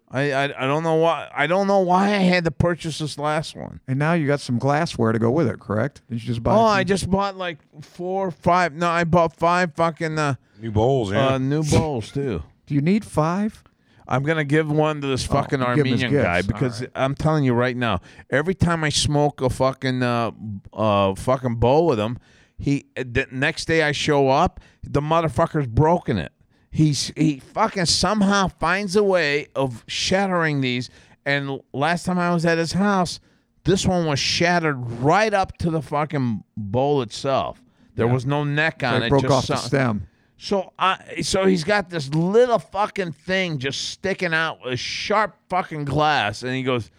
S6: I, I I don't know why I don't know why I had to purchase this last one.
S4: and now you got some glassware to go with it, correct? Did you just buy?
S6: Oh,
S4: some-
S6: I just bought like four, five. No, I bought five fucking uh,
S5: New bowls, yeah.
S6: uh, new bowls too.
S4: Do you need five?
S6: I'm gonna give one to this fucking
S4: you Oh, give him his
S6: Armenian guy
S4: gifts. All
S6: because
S4: right.
S6: I'm telling you right now, every time I smoke a fucking uh, uh fucking bowl with him, he the next day I show up, the motherfucker's broken it. He's he fucking somehow finds a way of shattering these. And last time I was at his house, This one was shattered right up to the fucking bowl itself. There was no neck on
S4: It
S6: it.
S4: broke
S6: just
S4: off the
S6: some-
S4: stem.
S6: So I, so he's got this little fucking thing just sticking out with sharp fucking glass, and he goes,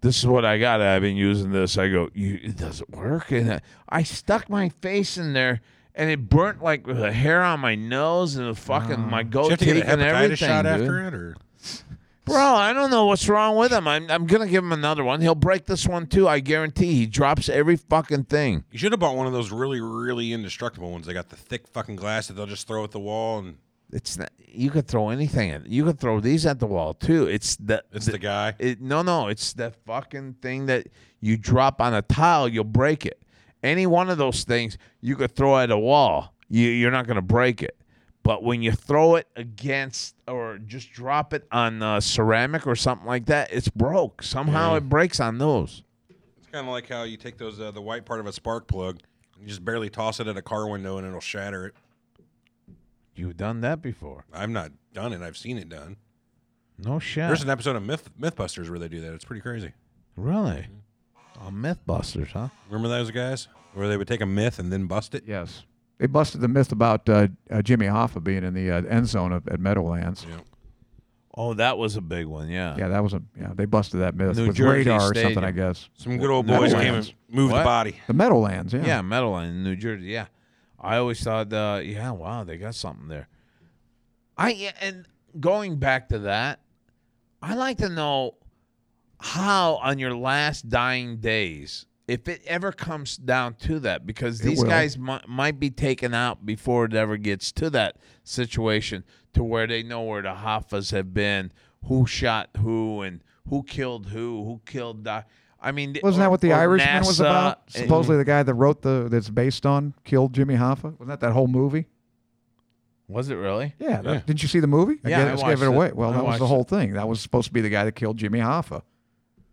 S6: "This is what I got. I've been using this." I go, you, "It doesn't work," and I, I stuck my face in there, and it burnt like the hair on my nose and the fucking my
S5: you
S6: goatee
S5: have to get a
S6: and
S5: hepatitis
S6: everything,
S5: shot
S6: dude.
S5: after it, or
S6: Bro, I don't know what's wrong with him. I'm, I'm gonna give him another one. He'll break this one too. I guarantee. He drops every fucking thing.
S5: you should have bought one of those really, really indestructible ones. They got the thick fucking glass that they'll just throw at the wall, and
S6: It's not. You could throw anything at. You could throw these at the wall too. It's the.
S5: it's the guy.
S6: It, no, no, it's that fucking thing that you drop on a tile, you'll break it. Any one of those things you could throw at a wall, you, you're not going to break it. But when you throw it against or just drop it on uh, ceramic or something like that, it's broke. Somehow it breaks on those.
S5: It's kind of like how you take those uh, the white part of a spark plug, and you just barely toss it at a car window, and it'll shatter it.
S6: You've done that before.
S5: I've not done it. I've seen it done.
S6: No shit.
S5: There's an episode of Myth MythBusters where they do that. It's pretty crazy.
S6: really? Oh, Mythbusters, huh?
S5: Remember those guys where they would take a myth and then bust it?
S4: Yes. They busted the myth about uh, uh, Jimmy Hoffa being in the uh, end zone of, at Meadowlands. Yeah.
S6: Oh, that was a big one, yeah.
S4: that was a yeah. They busted that myth
S6: New
S4: with
S6: Jersey
S4: radar or
S6: Stadium.
S4: something, I guess.
S5: Some good old
S6: That
S5: boys
S6: was-
S5: came and moved
S6: What?
S5: the body.
S4: The Meadowlands, yeah.
S6: Yeah, Meadowland in New Jersey. Yeah, I always thought, uh, yeah, wow, they got something there. I yeah, and going back to that, I like to know how on your last dying days, if it ever comes down to that, because these
S4: will.
S6: guys mi- might be taken out before it ever gets to that situation to where they know where the Hoffas have been, who shot who, and who killed who, who killed. Doc. I mean,
S4: Wasn't that what the
S6: or
S4: Irishman was
S6: NASA,
S4: about?
S6: and-
S4: Supposedly the guy that wrote the that's based on killed Jimmy Hoffa. Wasn't that that whole movie?
S6: Was it really?
S4: Yeah. that- Didn't you see the movie?
S6: Yeah, I
S4: just gave
S6: watched
S4: it away.
S6: it.
S4: Well,
S6: I
S4: that was the
S6: watched
S4: whole thing. That was supposed to be the guy that killed Jimmy Hoffa,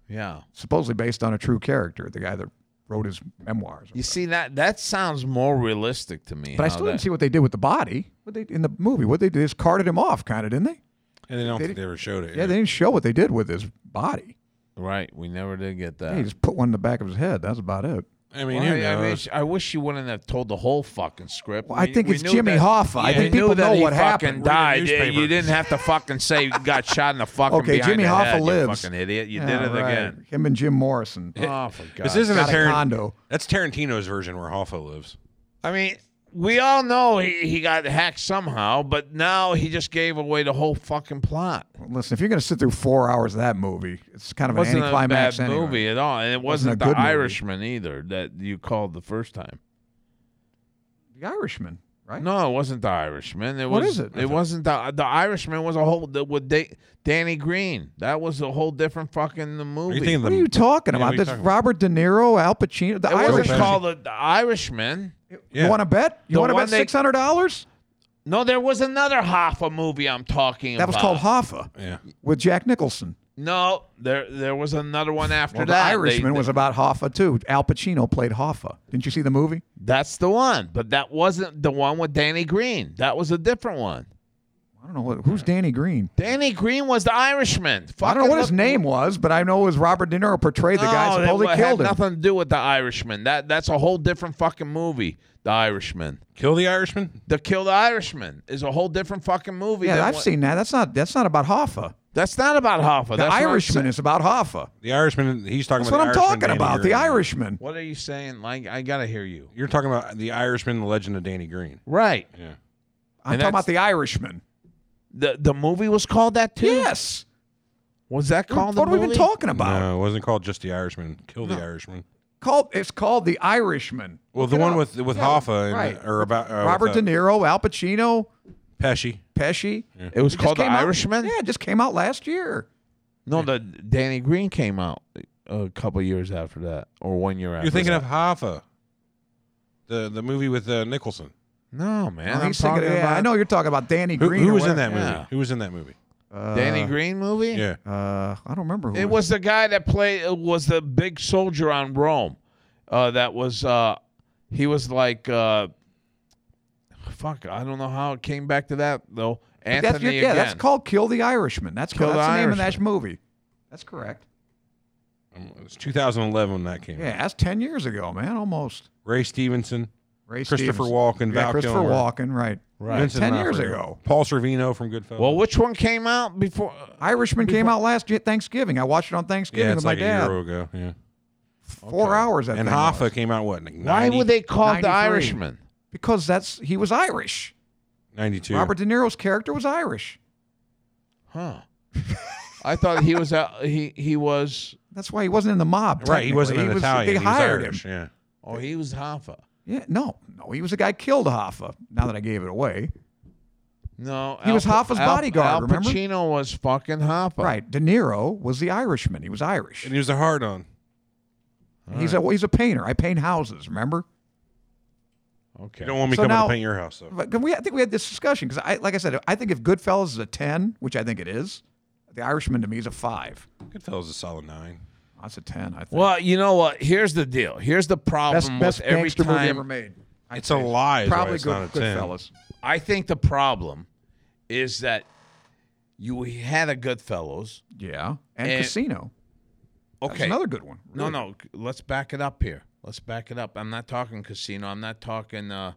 S6: Yeah.
S4: supposedly based on a true character, the guy that wrote his memoirs.
S6: You see that that sounds more realistic to me.
S4: But I
S6: how
S4: still
S6: that-
S4: didn't see what they did with the body. What they in the movie? What they did is carted him off, kind of, didn't they?
S5: And they don't
S4: They
S5: think they ever showed it.
S4: Yeah, they didn't show what they did with his body.
S6: Right, we never did get that.
S4: They just put one in the back of his head. That's about it.
S5: I mean,
S6: Well,
S5: who
S6: I, I
S5: knows?
S6: wish, I wish you wouldn't have told the whole fucking script.
S4: Well, I
S6: We-
S4: think
S6: we
S4: it's
S6: knew
S4: Jimmy
S6: that-
S4: Hoffa. I
S6: Yeah,
S4: think
S6: we knew
S4: people
S6: that
S4: know
S6: he
S4: what
S6: fucking
S4: happened.
S6: Died.
S5: Read the
S6: Yeah, You
S5: newspaper.
S6: didn't have to fucking say you got shot in the fucking.
S4: Okay,
S6: behind
S4: Jimmy
S6: the
S4: Hoffa
S6: head, you
S4: lives.
S6: fucking idiot! You
S4: Yeah,
S6: did it
S4: right.
S6: again.
S4: Him and Jim Morrison.
S6: Oh, for God.
S5: This isn't a
S4: Got a
S5: Tarant-
S4: condo.
S5: That's Tarantino's version where Hoffa lives.
S6: I mean, we all know he, he got hacked somehow, but now he just gave away the whole fucking plot.
S4: Listen, if you're going to sit through four hours of that movie, it's kind of
S6: wasn't
S4: an
S6: a
S4: anticlimax
S6: bad
S4: anyway.
S6: movie at all, and it
S4: Wasn't a
S6: wasn't,
S4: good
S6: the
S4: movie.
S6: Irishman either that you called the first time.
S4: The Irishman, right?
S6: No, it wasn't the Irishman. It
S4: What
S6: was,
S4: is it?
S6: It wasn't the the Irishman was a whole the, with da- Danny Green. That was a whole different fucking the
S5: Are
S6: movie.
S5: you thinking
S4: What are you
S5: the?
S4: talking
S5: Yeah, what
S4: about?
S5: are you
S4: This
S5: talking about?
S4: Robert De Niro, Al Pacino, the
S6: it wasn't
S4: Irishman.
S6: called the, the Irishman.
S5: Yeah.
S4: You want to bet? You
S6: The
S4: want to
S6: one
S4: bet
S6: they-
S4: six hundred dollars?
S6: No, there was another Hoffa movie I'm talking
S4: That was
S6: about.
S4: called Hoffa
S5: Yeah.
S4: with Jack Nicholson.
S6: No, there there was another one after
S4: Well, the
S6: that. They-
S4: Irishman was about Hoffa too. Al Pacino played Hoffa. Didn't you see the movie?
S6: That's the one, but that wasn't the one with Danny Green. That was a different one.
S4: I don't know what, who's Danny Green.
S6: Danny Green was the Irishman.
S4: I don't know
S6: Fucking
S4: what his
S6: look-
S4: name was, but I know it was Robert De Niro portrayed the guy
S6: No,
S4: guy
S6: Oh, that
S4: supposedly
S6: had
S4: killed him.
S6: Nothing to do with the Irishman. That that's a whole different fucking movie. The Irishman.
S5: Kill the Irishman?
S6: The Kill the Irishman is a whole different fucking movie.
S4: Yeah,
S6: than
S4: I've
S6: what-
S4: seen that. That's not that's not about Hoffa.
S6: That's not about Hoffa.
S4: The
S6: that's what I'm
S4: Irishman
S6: saying.
S4: is about Hoffa.
S5: The Irishman. He's talking
S4: That's
S5: about.
S4: what
S5: the
S4: I'm
S5: Irishman,
S4: talking
S5: Danny
S4: about. The
S5: Green.
S4: Irishman.
S6: What are you saying? Like I gotta hear you.
S5: You're talking about the Irishman, the legend of Danny Green.
S6: Right.
S4: I'm
S6: And
S4: talking
S6: that's-
S4: about the Irishman.
S6: The the movie was called that too.
S4: Yes.
S6: Was that called
S4: What have
S6: the
S4: we
S6: movie?
S4: been talking about?
S5: No, it wasn't called just the Irishman. Kill the Irishman.
S4: Called it's called the Irishman.
S5: Well, the
S4: it
S5: one
S4: up.
S5: with with
S4: Yeah,
S5: Hoffa and,
S4: right.
S5: or about
S6: Oh,
S5: uh,
S4: Robert
S5: with,
S4: De
S5: uh,
S4: Niro, Al Pacino,
S5: Pesci.
S4: Pesci.
S6: It was
S4: It just
S6: called The
S4: came out-
S6: Irishman.
S4: yeah, it just came out last year.
S6: No, the Danny Green came out a couple years after that, or one year after.
S5: You're thinking
S6: that.
S5: of Hoffa, the the movie with uh, Nicholson.
S6: no man.
S4: Well,
S6: I'm
S4: Oh, he's thinking-
S6: talking
S4: yeah,
S6: about
S4: I know you're talking about Danny
S5: Who,
S4: Green.
S5: who
S4: or
S5: was in that
S4: whatever.
S5: movie?
S6: Yeah.
S5: Who was in that movie?
S6: Danny Green movie.
S5: Yeah,
S4: Uh, I don't remember who
S6: It was the guy that played it was the big soldier on Rome. Uh, that was uh, he was like uh, fuck. I don't know how it came back to that though. Anthony
S4: That's, yeah,
S6: again.
S4: that's called Kill the Irishman. That's,
S6: Kill
S4: that's
S6: the
S4: the, name of that movie. That's correct.
S5: Um, It was 2011 when that came. out.
S4: Yeah, that's ten years ago, man, almost.
S5: Ray Stevenson,
S4: Ray
S5: Christopher
S4: Stevens.
S5: Walken,
S4: yeah,
S5: Val
S4: Christopher
S5: Kilmer,
S4: Walken, right?
S5: Right. Vincent
S4: ten years
S5: D'Onofrio,
S4: ago.
S5: Paul Servino from Goodfellas.
S6: Well, which one came out before?
S4: Irishman came out last ye- Thanksgiving. I watched it on Thanksgiving
S5: yeah,
S4: with
S5: it's
S4: my
S5: like
S4: dad.
S5: a year ago. Yeah.
S4: Four hours. That
S5: And
S4: thing
S5: Hoffa
S4: was.
S5: came out what? Like 90,
S6: Why were they called the
S4: 93.
S6: Irishman?
S4: because that's he was Irish.
S5: 92?
S4: Robert De Niro's character was Irish.
S6: Huh? I thought he was out. He he was.
S4: That's why he wasn't in the mob.
S5: Right, he wasn't an
S4: technically. He was- They
S5: Italian. he was
S4: hired him.
S5: Irish, Yeah.
S6: Oh, he was Hoffa.
S4: Yeah, no, no, he was the guy who killed Hoffa. Now that I gave it away,
S6: No,
S4: He was
S6: Pa-
S4: Hoffa's
S6: Al-
S4: bodyguard,
S6: Al
S4: remember?
S6: Pacino was fucking Hoffa.
S4: right? De Niro was the Irishman. He was Irish.
S5: And he was a hard on.
S4: he's a well, he's a painter. I paint houses. Remember?
S6: Okay.
S5: You don't want me
S4: So
S5: coming
S4: now-
S5: to paint your house, though.
S4: But can we, I think we had this discussion because I, like I said, I think if Goodfellas is a ten, which I think it is, the Irishman to me is a five.
S5: Goodfellas is a solid nine.
S4: That's a ten. I think.
S6: Well, you know what? Here's the deal. Here's the problem
S4: best
S6: with
S4: best
S6: every
S4: gangster movie ever
S6: time.
S4: made. I'd
S5: It's a
S4: say.
S5: lie. is why
S4: Probably
S5: it's
S4: good,
S5: not a 10.
S4: Goodfellas.
S6: I think the problem is that you had a Goodfellas.
S4: Yeah, and,
S6: And-
S4: Casino. That's
S6: Okay.
S4: another good one.
S6: No, no. c- Let's back it up here. Let's back it up. I'm not talking Casino. I'm not talking uh,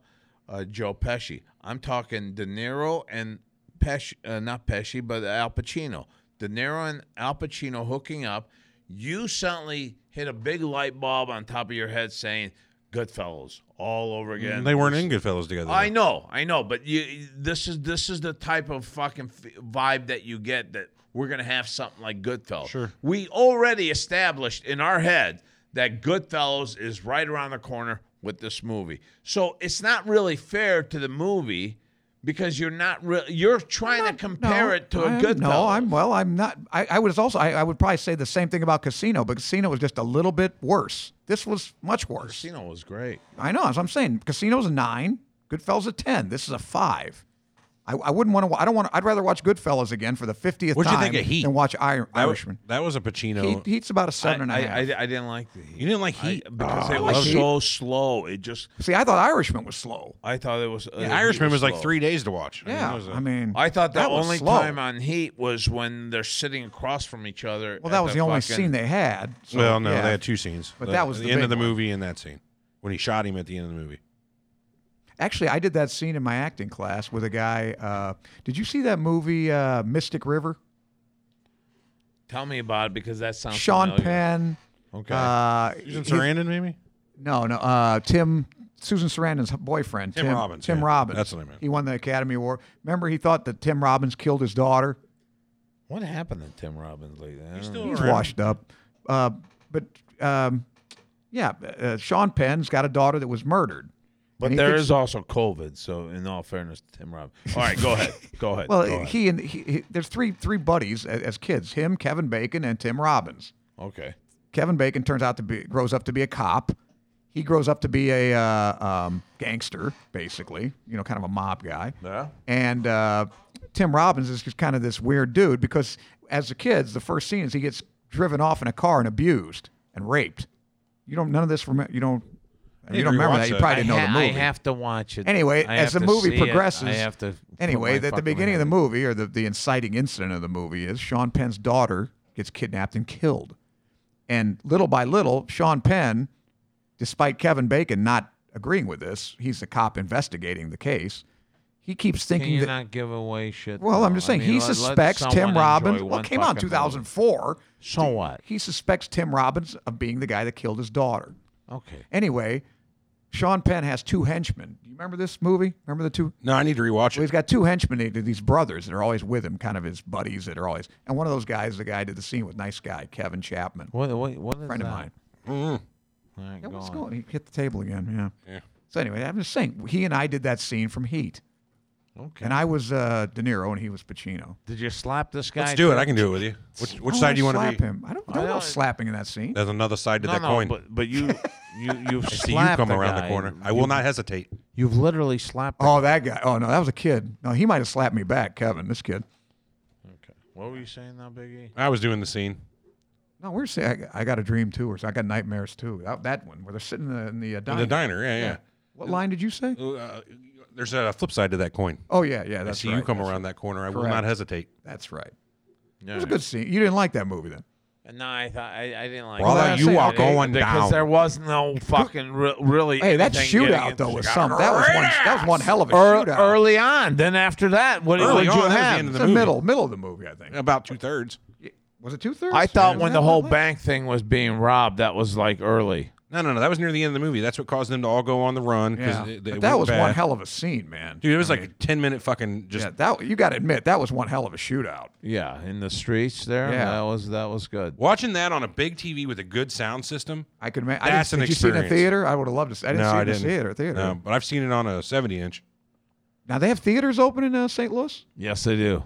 S6: uh, Joe Pesci. I'm talking De Niro and Pesci, uh, not Pesci, but Al Pacino. De Niro and Al Pacino hooking up. You suddenly hit a big light bulb on top of your head saying Goodfellas all over again.
S5: Mm, They weren't in Goodfellas together.
S6: I
S5: though.
S6: know, I know, but you this is this is the type of fucking f- vibe that you get that we're gonna have something like Goodfellas.
S5: Sure.
S6: we already established in our head that Goodfellas is right around the corner with this movie, so it's not really fair to the movie because you're not really you're trying to compare
S4: No,
S6: it to a
S4: I'm-
S6: Goodfellas.
S4: No, I'm well. I'm not. I, I was also. I, I would probably say the same thing about Casino, but Casino was just a little bit worse. This was much worse.
S6: Casino was great.
S4: I know. As I'm saying, Casino's a nine. Goodfellas a ten. This is a five. I, I wouldn't want to. I don't want. I'd rather watch Goodfellas again for the fiftieth
S5: What'd
S4: time
S5: you think of Heat?
S4: than watch Ir-
S5: That,
S4: Irishman.
S5: that was a Pacino.
S4: Heat, Heat's about
S6: I,
S4: a seven and a
S6: Oh. I-
S4: half.
S6: I- I didn't like the
S5: you didn't like Oh, Heat.
S6: because it
S4: like
S6: was
S4: Heat.
S6: so slow. It just
S4: See, I thought Irishman was slow.
S6: I thought it was uh,
S5: Yeah,
S6: Heat
S5: Irishman was like
S6: slow.
S5: three days to watch.
S4: Yeah,
S5: that was a-
S4: I mean,
S6: I thought the
S4: that was
S6: only
S4: slow.
S6: time on Heat was when they're sitting across from each other.
S4: Well,
S6: at
S4: that was the only
S6: fucking-
S4: scene they had. so,
S5: well, no,
S4: yeah.
S5: they had two scenes.
S4: But that was
S5: the,
S4: the
S5: end
S4: big
S5: of the
S4: one.
S5: movie and that scene when he shot him at the end of the movie.
S4: Actually, I did that scene in my acting class with a guy. Uh, did you see that movie uh, Mystic River?
S6: Tell me about it because that sounds
S4: Sean
S6: familiar.
S4: Penn.
S5: Okay.
S4: Uh,
S5: Susan
S4: he-
S5: Sarandon, maybe.
S4: No, no. Uh, Tim Susan Sarandon's boyfriend.
S5: Tim Robbins,
S4: Tim
S5: yeah.
S4: Robbins.
S5: That's what I meant.
S4: He won the Academy Award. Remember, he thought that Tim Robbins killed his daughter.
S6: What happened to Tim Robbins lately? I don't know.
S4: He's washed up. Uh, but um, yeah, uh, Sean Penn's got a daughter that was murdered.
S6: But
S4: And he
S6: there
S4: thinks-
S6: is also COVID, so in all fairness, Tim Robbins. All right, go ahead. Go ahead.
S4: Well,
S6: go ahead.
S4: he and he, he, there's three three buddies as, as kids: him, Kevin Bacon, and Tim Robbins.
S6: okay.
S4: Kevin Bacon turns out to be grows up to be a cop. He grows up to be a uh, um, gangster, basically, you know, kind of a mob guy.
S6: Yeah.
S4: And uh, Tim Robbins is just kind of this weird dude because as the kids, the first scene is he gets driven off in a car and abused and raped. You don't none of this. Remember, you don't. You
S5: need
S4: don't
S5: to
S4: remember
S5: rewatch
S4: that. You
S5: that.
S4: probably didn't know the
S6: ha-
S4: movie.
S6: I have to watch it.
S4: Anyway,
S6: I
S4: as
S6: have to
S4: the movie
S6: see it.
S4: progresses,
S6: I have to. put
S4: Anyway,
S6: my
S4: at the
S6: fucking
S4: beginning of the
S6: hand-
S4: movie, or the, the inciting incident of the movie, is Sean Penn's daughter gets kidnapped and killed. And little by little, Sean Penn, despite Kevin Bacon not agreeing with this, he's the cop investigating the case. He keeps
S6: Can
S4: thinking
S6: you
S4: that.
S6: not give away shit?
S4: well, I'm
S6: though?
S4: just
S6: I
S4: saying,
S6: mean,
S4: he
S6: let- let
S4: suspects
S6: someone
S4: Tim
S6: enjoy
S4: Robbins. Well,
S6: one
S4: it came out in
S6: fucking movie.
S4: 2004.
S6: So what?
S4: He suspects Tim Robbins of being the guy that killed his daughter.
S6: Okay.
S4: Anyway, Sean Penn has two henchmen. Do you remember this movie? Remember the two?
S5: No, I need to rewatch
S4: Well,
S5: it.
S4: he's got two henchmen, they- these brothers that are always with him, kind of his buddies that are always. And one of those guys, is the guy I did the scene with, nice guy, Kevin Chapman,
S6: What? What? What is
S4: friend
S6: that?
S4: of mine.
S5: Mm-hmm.
S6: All right,
S4: Yeah,
S6: go
S4: what's
S6: on.
S4: going? He hit the table again. Yeah. So anyway, I'm just saying, he and I did that scene from Heat,
S6: Okay.
S4: and I was uh, De Niro and he was Pacino.
S6: Did you slap this guy?
S5: Let's do it.
S6: too?
S5: I can do it with you. Which, which
S4: I don't
S5: side do you want to
S4: slap
S5: be?
S4: him? I don't. There's no
S6: don't-
S4: slapping in that scene.
S5: There's another side to
S6: no,
S5: that
S6: no,
S5: coin.
S6: but but you you you've
S5: I
S6: slapped
S5: see you come
S6: the
S5: around
S6: guy.
S5: the corner. I will not hesitate.
S6: You've literally slapped.
S4: Oh, that guy. Oh no, that was a kid. No, he might have slapped me back, Kevin. This kid.
S6: the- Okay. What were you saying now, Biggie?
S5: I was doing the scene.
S4: No, we're saying I, I got a dream too, or so I got nightmares too. That, that one where they're sitting in the, in the, uh,
S5: In
S4: diner.
S5: the diner. Yeah,
S4: What line did you say?
S5: yeah. Uh, there's a flip side to that coin.
S4: Oh yeah, yeah.
S5: I
S4: That's
S5: see
S4: right.
S5: you come around that corner. I will
S4: Correct.
S5: not hesitate.
S4: That's right.
S6: Yeah.
S4: It was a good scene. You didn't like that movie then.
S6: And now I thought I, I didn't like.
S4: Well,
S6: that.
S4: you Well, are
S7: going
S6: because
S7: down.
S6: there was no fucking re- really.
S4: Hey, that
S6: anything getting
S4: shootout though
S6: into
S4: was
S6: Chicago.
S4: something. That was one. That was one hell of a
S6: Ear-
S4: shootout.
S6: early on. Then after that, what
S5: Early
S6: did you
S5: on, that was the
S6: have?
S5: end of
S4: It's
S5: the
S4: the
S5: movie.
S4: middle, middle of the movie, I think.
S5: About two thirds.
S4: Was it two thirds?
S6: I thought when the whole bank thing was being robbed, that was like early.
S5: No, no, no. That was near the end of the movie. That's what caused them to all go on the run. 'cause
S4: Yeah.
S5: it-
S4: But
S5: it
S4: that
S5: went
S4: was
S5: bad.
S4: one hell of a scene, man.
S5: Dude, it was
S4: I
S5: like a
S4: mean,
S5: 10 minute fucking just.
S4: yeah, that you got to admit that was one hell of a shootout.
S6: Yeah, in the streets there.
S4: Yeah.
S6: That was that was good.
S5: Watching that on a big TV with a good sound system.
S4: I could imagine.
S5: That's
S4: did
S5: an
S4: you see it in a
S5: experience.
S4: theater? I would have loved to. See, I didn't
S5: no,
S4: see it
S5: I
S4: in
S5: didn't.
S4: the theater. Theater.
S5: No, but I've seen it on a 70 inch.
S4: Now they have theaters open in uh, St. Louis.
S6: Yes, they do.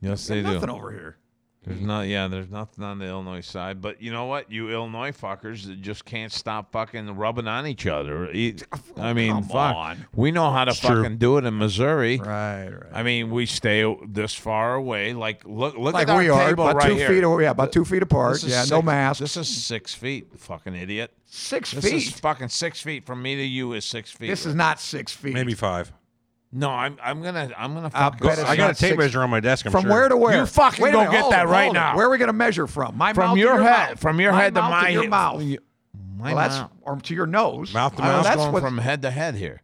S6: Yes, they do.
S4: Nothing over here.
S6: There's not, yeah, there's nothing on the Illinois side. But you know what? You Illinois fuckers that just can't stop fucking rubbing on each other. E- I mean,
S4: Come
S6: fuck.
S4: on.
S6: We know how to
S5: true.
S6: fucking do it in Missouri.
S4: Right, right.
S6: I mean, we stay o- this far away. Like, look, look
S4: like
S6: at our
S4: we are
S6: table
S4: about
S6: right
S4: two
S6: here.
S4: feet. away- Yeah, about two feet apart.
S6: This is
S4: Yeah,
S6: six-
S4: no mask.
S6: This is six feet, fucking idiot.
S4: six
S6: This is
S4: feet.
S6: fucking six feet from me to you is six feet.
S4: This is not six feet.
S5: Maybe five.
S6: no. I'm I'm gonna I'm gonna
S4: I'll
S6: fuck
S4: bet
S6: go-
S4: it's
S5: I got a
S4: not
S5: tape
S4: six-
S5: measure on my desk. I'm
S4: From
S5: sure.
S4: where to where?
S6: You fucking
S4: Wait a
S6: go
S4: minute,
S6: get
S4: hold
S6: that
S4: it,
S6: right
S4: hold it.
S6: now.
S4: Where are we gonna measure from? My mouth
S6: from
S4: to
S6: your, head
S4: mouth.
S6: from your
S4: My
S6: head to
S4: mouth
S6: my
S4: your
S6: he-
S4: mouth.
S6: My
S4: Well, that's
S6: mouth.
S4: or to your nose.
S5: Mouth to
S4: I
S5: mouth.
S4: mean,
S6: that's
S4: That's what.
S6: from head to head here.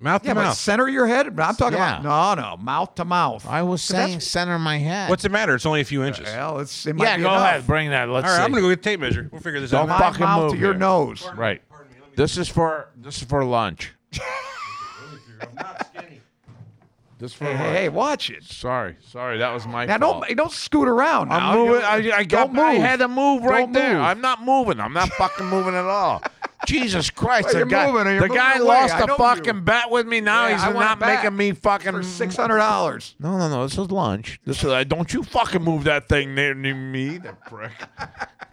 S5: Mouth to
S4: yeah, but
S5: mouth.
S4: center your head. I'm talking about no, no, mouth to mouth.
S6: I was
S4: that's-
S6: saying center my head.
S5: What's it matter? It's only a few inches. All
S4: Well, it's it might
S6: yeah,
S4: be
S6: go
S4: enough.
S6: ahead, bring that. Let's
S5: right, I'm
S6: see.
S5: going to go get tape measure. We'll figure this
S6: Don't
S4: My
S5: out.
S6: fucking
S4: mouth
S6: move
S4: to your
S6: here.
S4: nose.
S6: right. This is for this is for lunch. This for
S4: Hey,
S6: lunch.
S4: hey, watch it.
S6: Sorry, sorry, that was my
S4: Now
S6: fault.
S4: don't don't scoot around.
S6: I'm
S4: now.
S6: moving.
S4: You-
S6: I, I got.
S4: don't move.
S6: I had to move right
S4: Don't
S6: there.
S4: move.
S6: I'm not moving. I'm not fucking moving at all. Jesus Christ!
S4: Well,
S6: the
S4: you're
S6: guy,
S4: moving and you're
S6: the
S4: moving
S6: guy
S4: away.
S6: lost
S4: I
S6: a
S4: know
S6: fucking
S4: you.
S6: bet with me. Now
S4: Yeah, I
S6: he's
S4: want
S6: not
S4: it back
S6: making me fucking
S4: for six hundred dollars.
S6: No, no, no. This is lunch. This is. Uh, don't you fucking move that thing near, near me, the prick.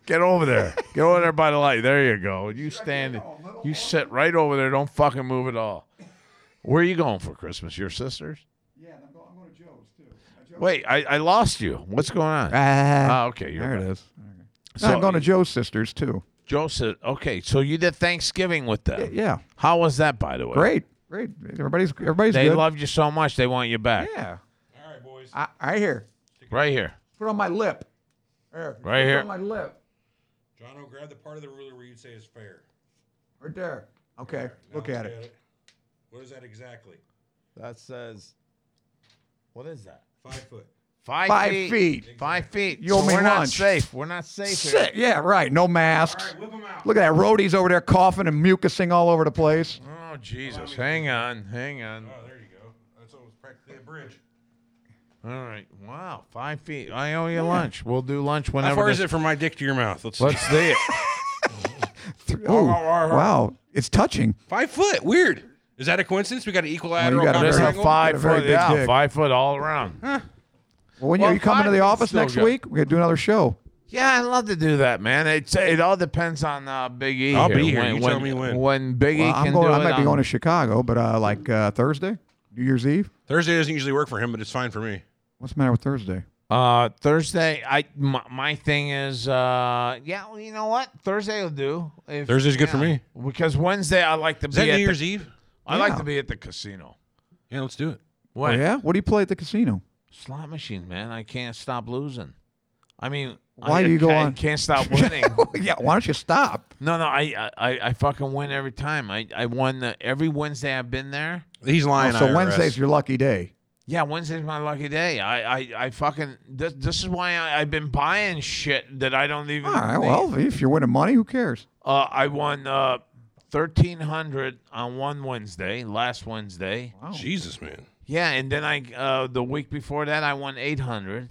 S6: Get over there. Get over there by the light. There you go. You stand. You sit right over there. Don't fucking move at all. Where are you going for Christmas? Your sisters? Yeah, I'm going, to Joe's too. Wait, I, I lost you. What's going on? Ah, okay, you're
S4: Oh, there
S6: right.
S4: it is.
S6: So
S4: I'm going to Joe's sisters too.
S6: Joe said, "Okay, so you did Thanksgiving with them.
S4: Yeah,
S6: How was that, by the way?
S4: great, great. Everybody's everybody's
S6: They
S4: good.
S6: loved you so much they want you back.
S4: yeah,
S5: All right, boys.
S4: I, I hear.
S6: Right here.
S4: Put it on my lip. There.
S6: Right
S4: Put it
S6: here.
S4: On my lip.
S5: John, grab the part of the ruler where you'd say is fair.
S4: Right there. Okay. Look at it.
S5: What is that exactly?
S6: That says, what is that?
S5: Five foot.
S6: Five,
S4: Five
S6: feet.
S4: feet.
S6: Five feet.
S4: You owe
S6: So
S4: me
S6: we're not
S4: lunch.
S6: safe. We're not safe
S4: Sick. Yeah. Right. No masks. Look at that. Roadies over there coughing and mucusing all over the place.
S6: here. Oh Jesus! Hang on, hang on.
S5: Oh, there you go. That's almost practically a bridge.
S6: All right. Wow, five feet. I owe you lunch. We'll do lunch whenever.
S5: How far
S6: this-
S5: is it from my dick to your mouth? Let's
S6: Let's see it.
S4: Ooh, wow. It's touching.
S5: Five foot. Weird. Is that a coincidence? We got an equilateral
S4: Well, you got a
S6: There's a
S4: Triangle?
S6: five
S4: Got a very
S6: foot.
S4: big
S6: Yeah,
S4: dick.
S6: five foot all around.
S4: Well, when you-
S6: Well,
S4: are you coming to the
S6: five
S4: office
S6: still
S4: next
S6: good.
S4: week? We're gonna do another show.
S6: Yeah, I love to do that, man. It's it all depends on uh, Big E.
S5: I'll
S6: here.
S5: be here.
S6: When,
S5: You
S6: when,
S5: tell me when.
S6: When Big E
S4: Well,
S6: can
S4: I'm going.
S6: do
S4: I
S6: it,
S4: might be
S6: I'm-
S4: going to Chicago, but uh, like uh, Thursday, New Year's Eve.
S5: Thursday doesn't usually work for him, but it's fine for me.
S4: What's the matter with Thursday?
S6: Uh, Thursday. I my, my thing is uh, yeah. Well, you know what? Thursday will do. If-
S5: Thursday's good for
S6: yeah.
S5: me.
S6: because Wednesday I like to
S5: Is
S6: be
S5: that
S6: at
S5: New
S6: the-
S5: Year's Eve?
S6: I like
S4: Yeah.
S6: to be at the casino.
S5: Yeah, let's do it.
S4: Oh,
S6: What?
S4: yeah. What do you play at the casino?
S6: Slot machine, man. I can't stop losing. I mean,
S4: Why
S6: I,
S4: do you go
S6: I
S4: on-
S6: Can't stop winning.
S4: yeah. Why don't you stop?
S6: no, no. I, I I fucking win every time. I I won the, every Wednesday I've been there.
S5: He's
S4: Oh,
S5: lying.
S4: so
S5: IRS.
S4: Wednesday's your lucky day.
S6: Yeah, Wednesday's my lucky day. I, I, I fucking this, this is why I, I've been buying shit that I don't even.
S4: All right.
S6: need.
S4: Ah, Well, if you're winning money, who cares?
S6: uh, I won uh, thirteen hundred on one Wednesday, last Wednesday.
S5: Jesus, man.
S6: Yeah, and then I uh, the week before that I won eight hundred,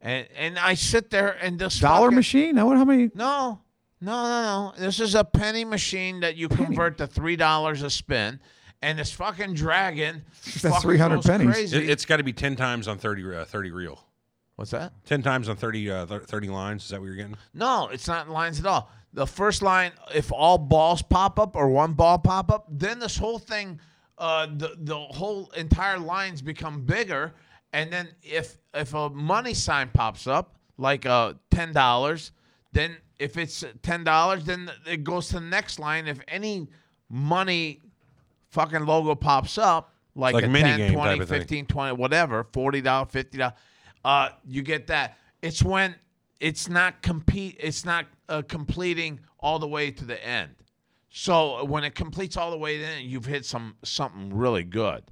S6: and and I sit there and this
S4: Dollar
S6: fucking-
S4: machine? Now, what? How many?
S6: No, no, no, no. This is a penny machine that you convert to three dollars a spin, and this fucking dragon. fucking
S4: 300
S6: goes
S4: pennies.
S6: crazy.
S5: It, has got to be 10 times on 30, uh, 30 reel.
S6: What's that?
S5: 10 times on 30, uh, thir- 30 lines. Is that what you're getting?
S6: No, it's not lines at all. The first line, if all balls pop up or one ball pop up, then this whole thing, uh, the the whole entire lines become bigger. And then if if a money sign pops up, like uh ten dollars, then if it's ten dollars, then it goes to the next line. If any money fucking logo pops up, like,
S5: Like
S6: a
S5: mini
S6: 10,
S5: game
S6: 20,
S5: type of thing.
S6: 15, 20, whatever, $40, $50, uh, you get that. It's when it's not compete it's not uh, completing all the way to the end so when it completes all the way to the end you've hit some something really good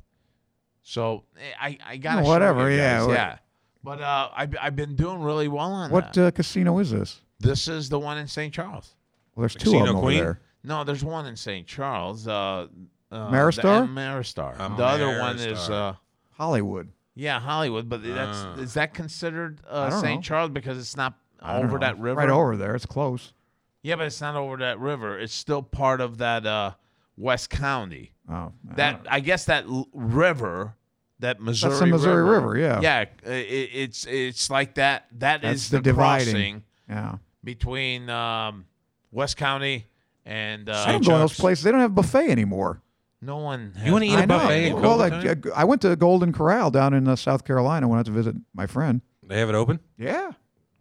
S6: so eh, i i gotta show
S4: Whatever,
S6: you
S4: yeah,
S6: guys,
S4: what-
S6: yeah but uh I've, I've been doing really well on
S4: What
S6: that.
S4: uh, casino is this?
S6: this is the one in st charles
S4: Well, there's two
S5: Casino
S4: of them
S5: Queen?
S4: over
S6: no there's one in st charles uh, uh the-
S4: Maristar?
S6: and Maristar.
S5: Uh,
S6: the other one is
S5: Maristar.
S6: uh
S4: there. Hollywood.
S6: yeah, Hollywood, but that's
S5: Ah.
S6: is that considered
S4: I
S6: uh,
S4: don't
S6: St.
S4: know.
S6: Charles because it's not
S4: I don't
S6: over
S4: know.
S6: that river?
S4: Right over there. It's close.
S6: Yeah, but it's not over that river. It's still part of that uh, West County.
S4: Oh, I
S6: That
S4: don't-
S6: I guess that l- river, that Missouri.
S4: Missouri River, yeah.
S6: Yeah, i- i it's it's like that.
S4: That's
S6: That's
S4: the
S6: the,
S4: dividing.
S6: crossing
S4: yeah.
S6: between um, West County and
S4: I
S6: uh,
S4: don't go to those
S5: Chuck's.
S4: places. They don't have a buffet anymore.
S6: no one.
S5: You want to
S6: has-
S5: eat
S4: I
S5: a
S4: know.
S5: buffet? in
S4: Well,
S5: COVID
S4: I,
S5: time?
S4: I went to Golden Corral down in uh, South Carolina when I went to visit my friend.
S5: They have it open.
S4: Yeah,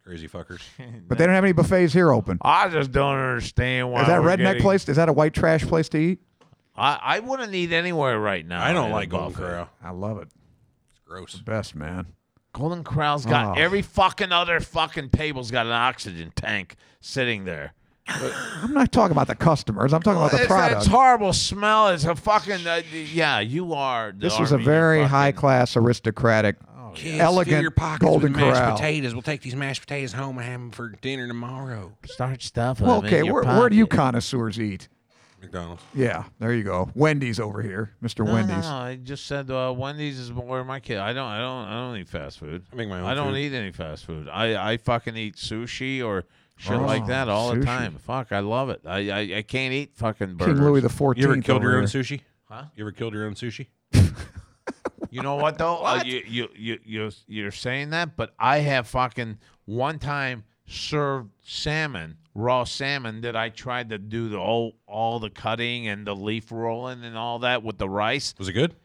S5: Crazy fuckers.
S4: but they don't have any buffets here open.
S6: I just don't understand why
S4: Is that
S6: Oh, we're
S4: redneck
S6: getting-
S4: place? Is that a white trash place to eat?
S6: I, I wouldn't eat anywhere right now.
S5: I
S6: at
S5: don't
S6: a
S5: like Golden
S6: buffet.
S5: Corral.
S4: I love it.
S5: It's gross.
S4: Best man.
S6: Golden Corral's got
S4: Oh.
S6: every fucking other fucking table's got an oxygen tank sitting there.
S4: I'm not talking about the customers. I'm talking about the
S6: It's that
S4: product.
S6: horrible smell. It's a fucking uh, yeah. You are. The
S4: This is a
S6: Armenian
S4: very
S6: fucking-
S4: high class aristocratic,
S5: Oh,
S4: elegant Golden Corral.
S5: potatoes. We'll take these mashed potatoes home and have them for dinner tomorrow.
S6: Start stuff.
S4: Well, okay, where, where do you connoisseurs eat?
S5: McDonald's.
S4: Yeah, there you go. Wendy's over here, Mr.
S6: No,
S4: Wendy's.
S6: No, no, I just said uh, Wendy's is where my kid. I don't. I don't. I don't eat fast food.
S5: I make my own
S6: I don't
S5: food.
S6: eat any fast food. I I fucking eat sushi or shit
S4: Oh,
S6: like that all
S4: sushi.
S6: the time. Fuck, I love it. I I, I can't eat fucking burgers.
S4: King Louis the Fourteenth.
S5: You ever killed your own
S4: suit?
S5: sushi?
S6: Huh?
S5: You ever killed your own sushi?
S6: You know what though? Uh, you you you you you're saying that, but I have fucking one time served salmon, raw salmon that I tried to do the all all the cutting and the leaf rolling and all that with the rice.
S5: Was it good?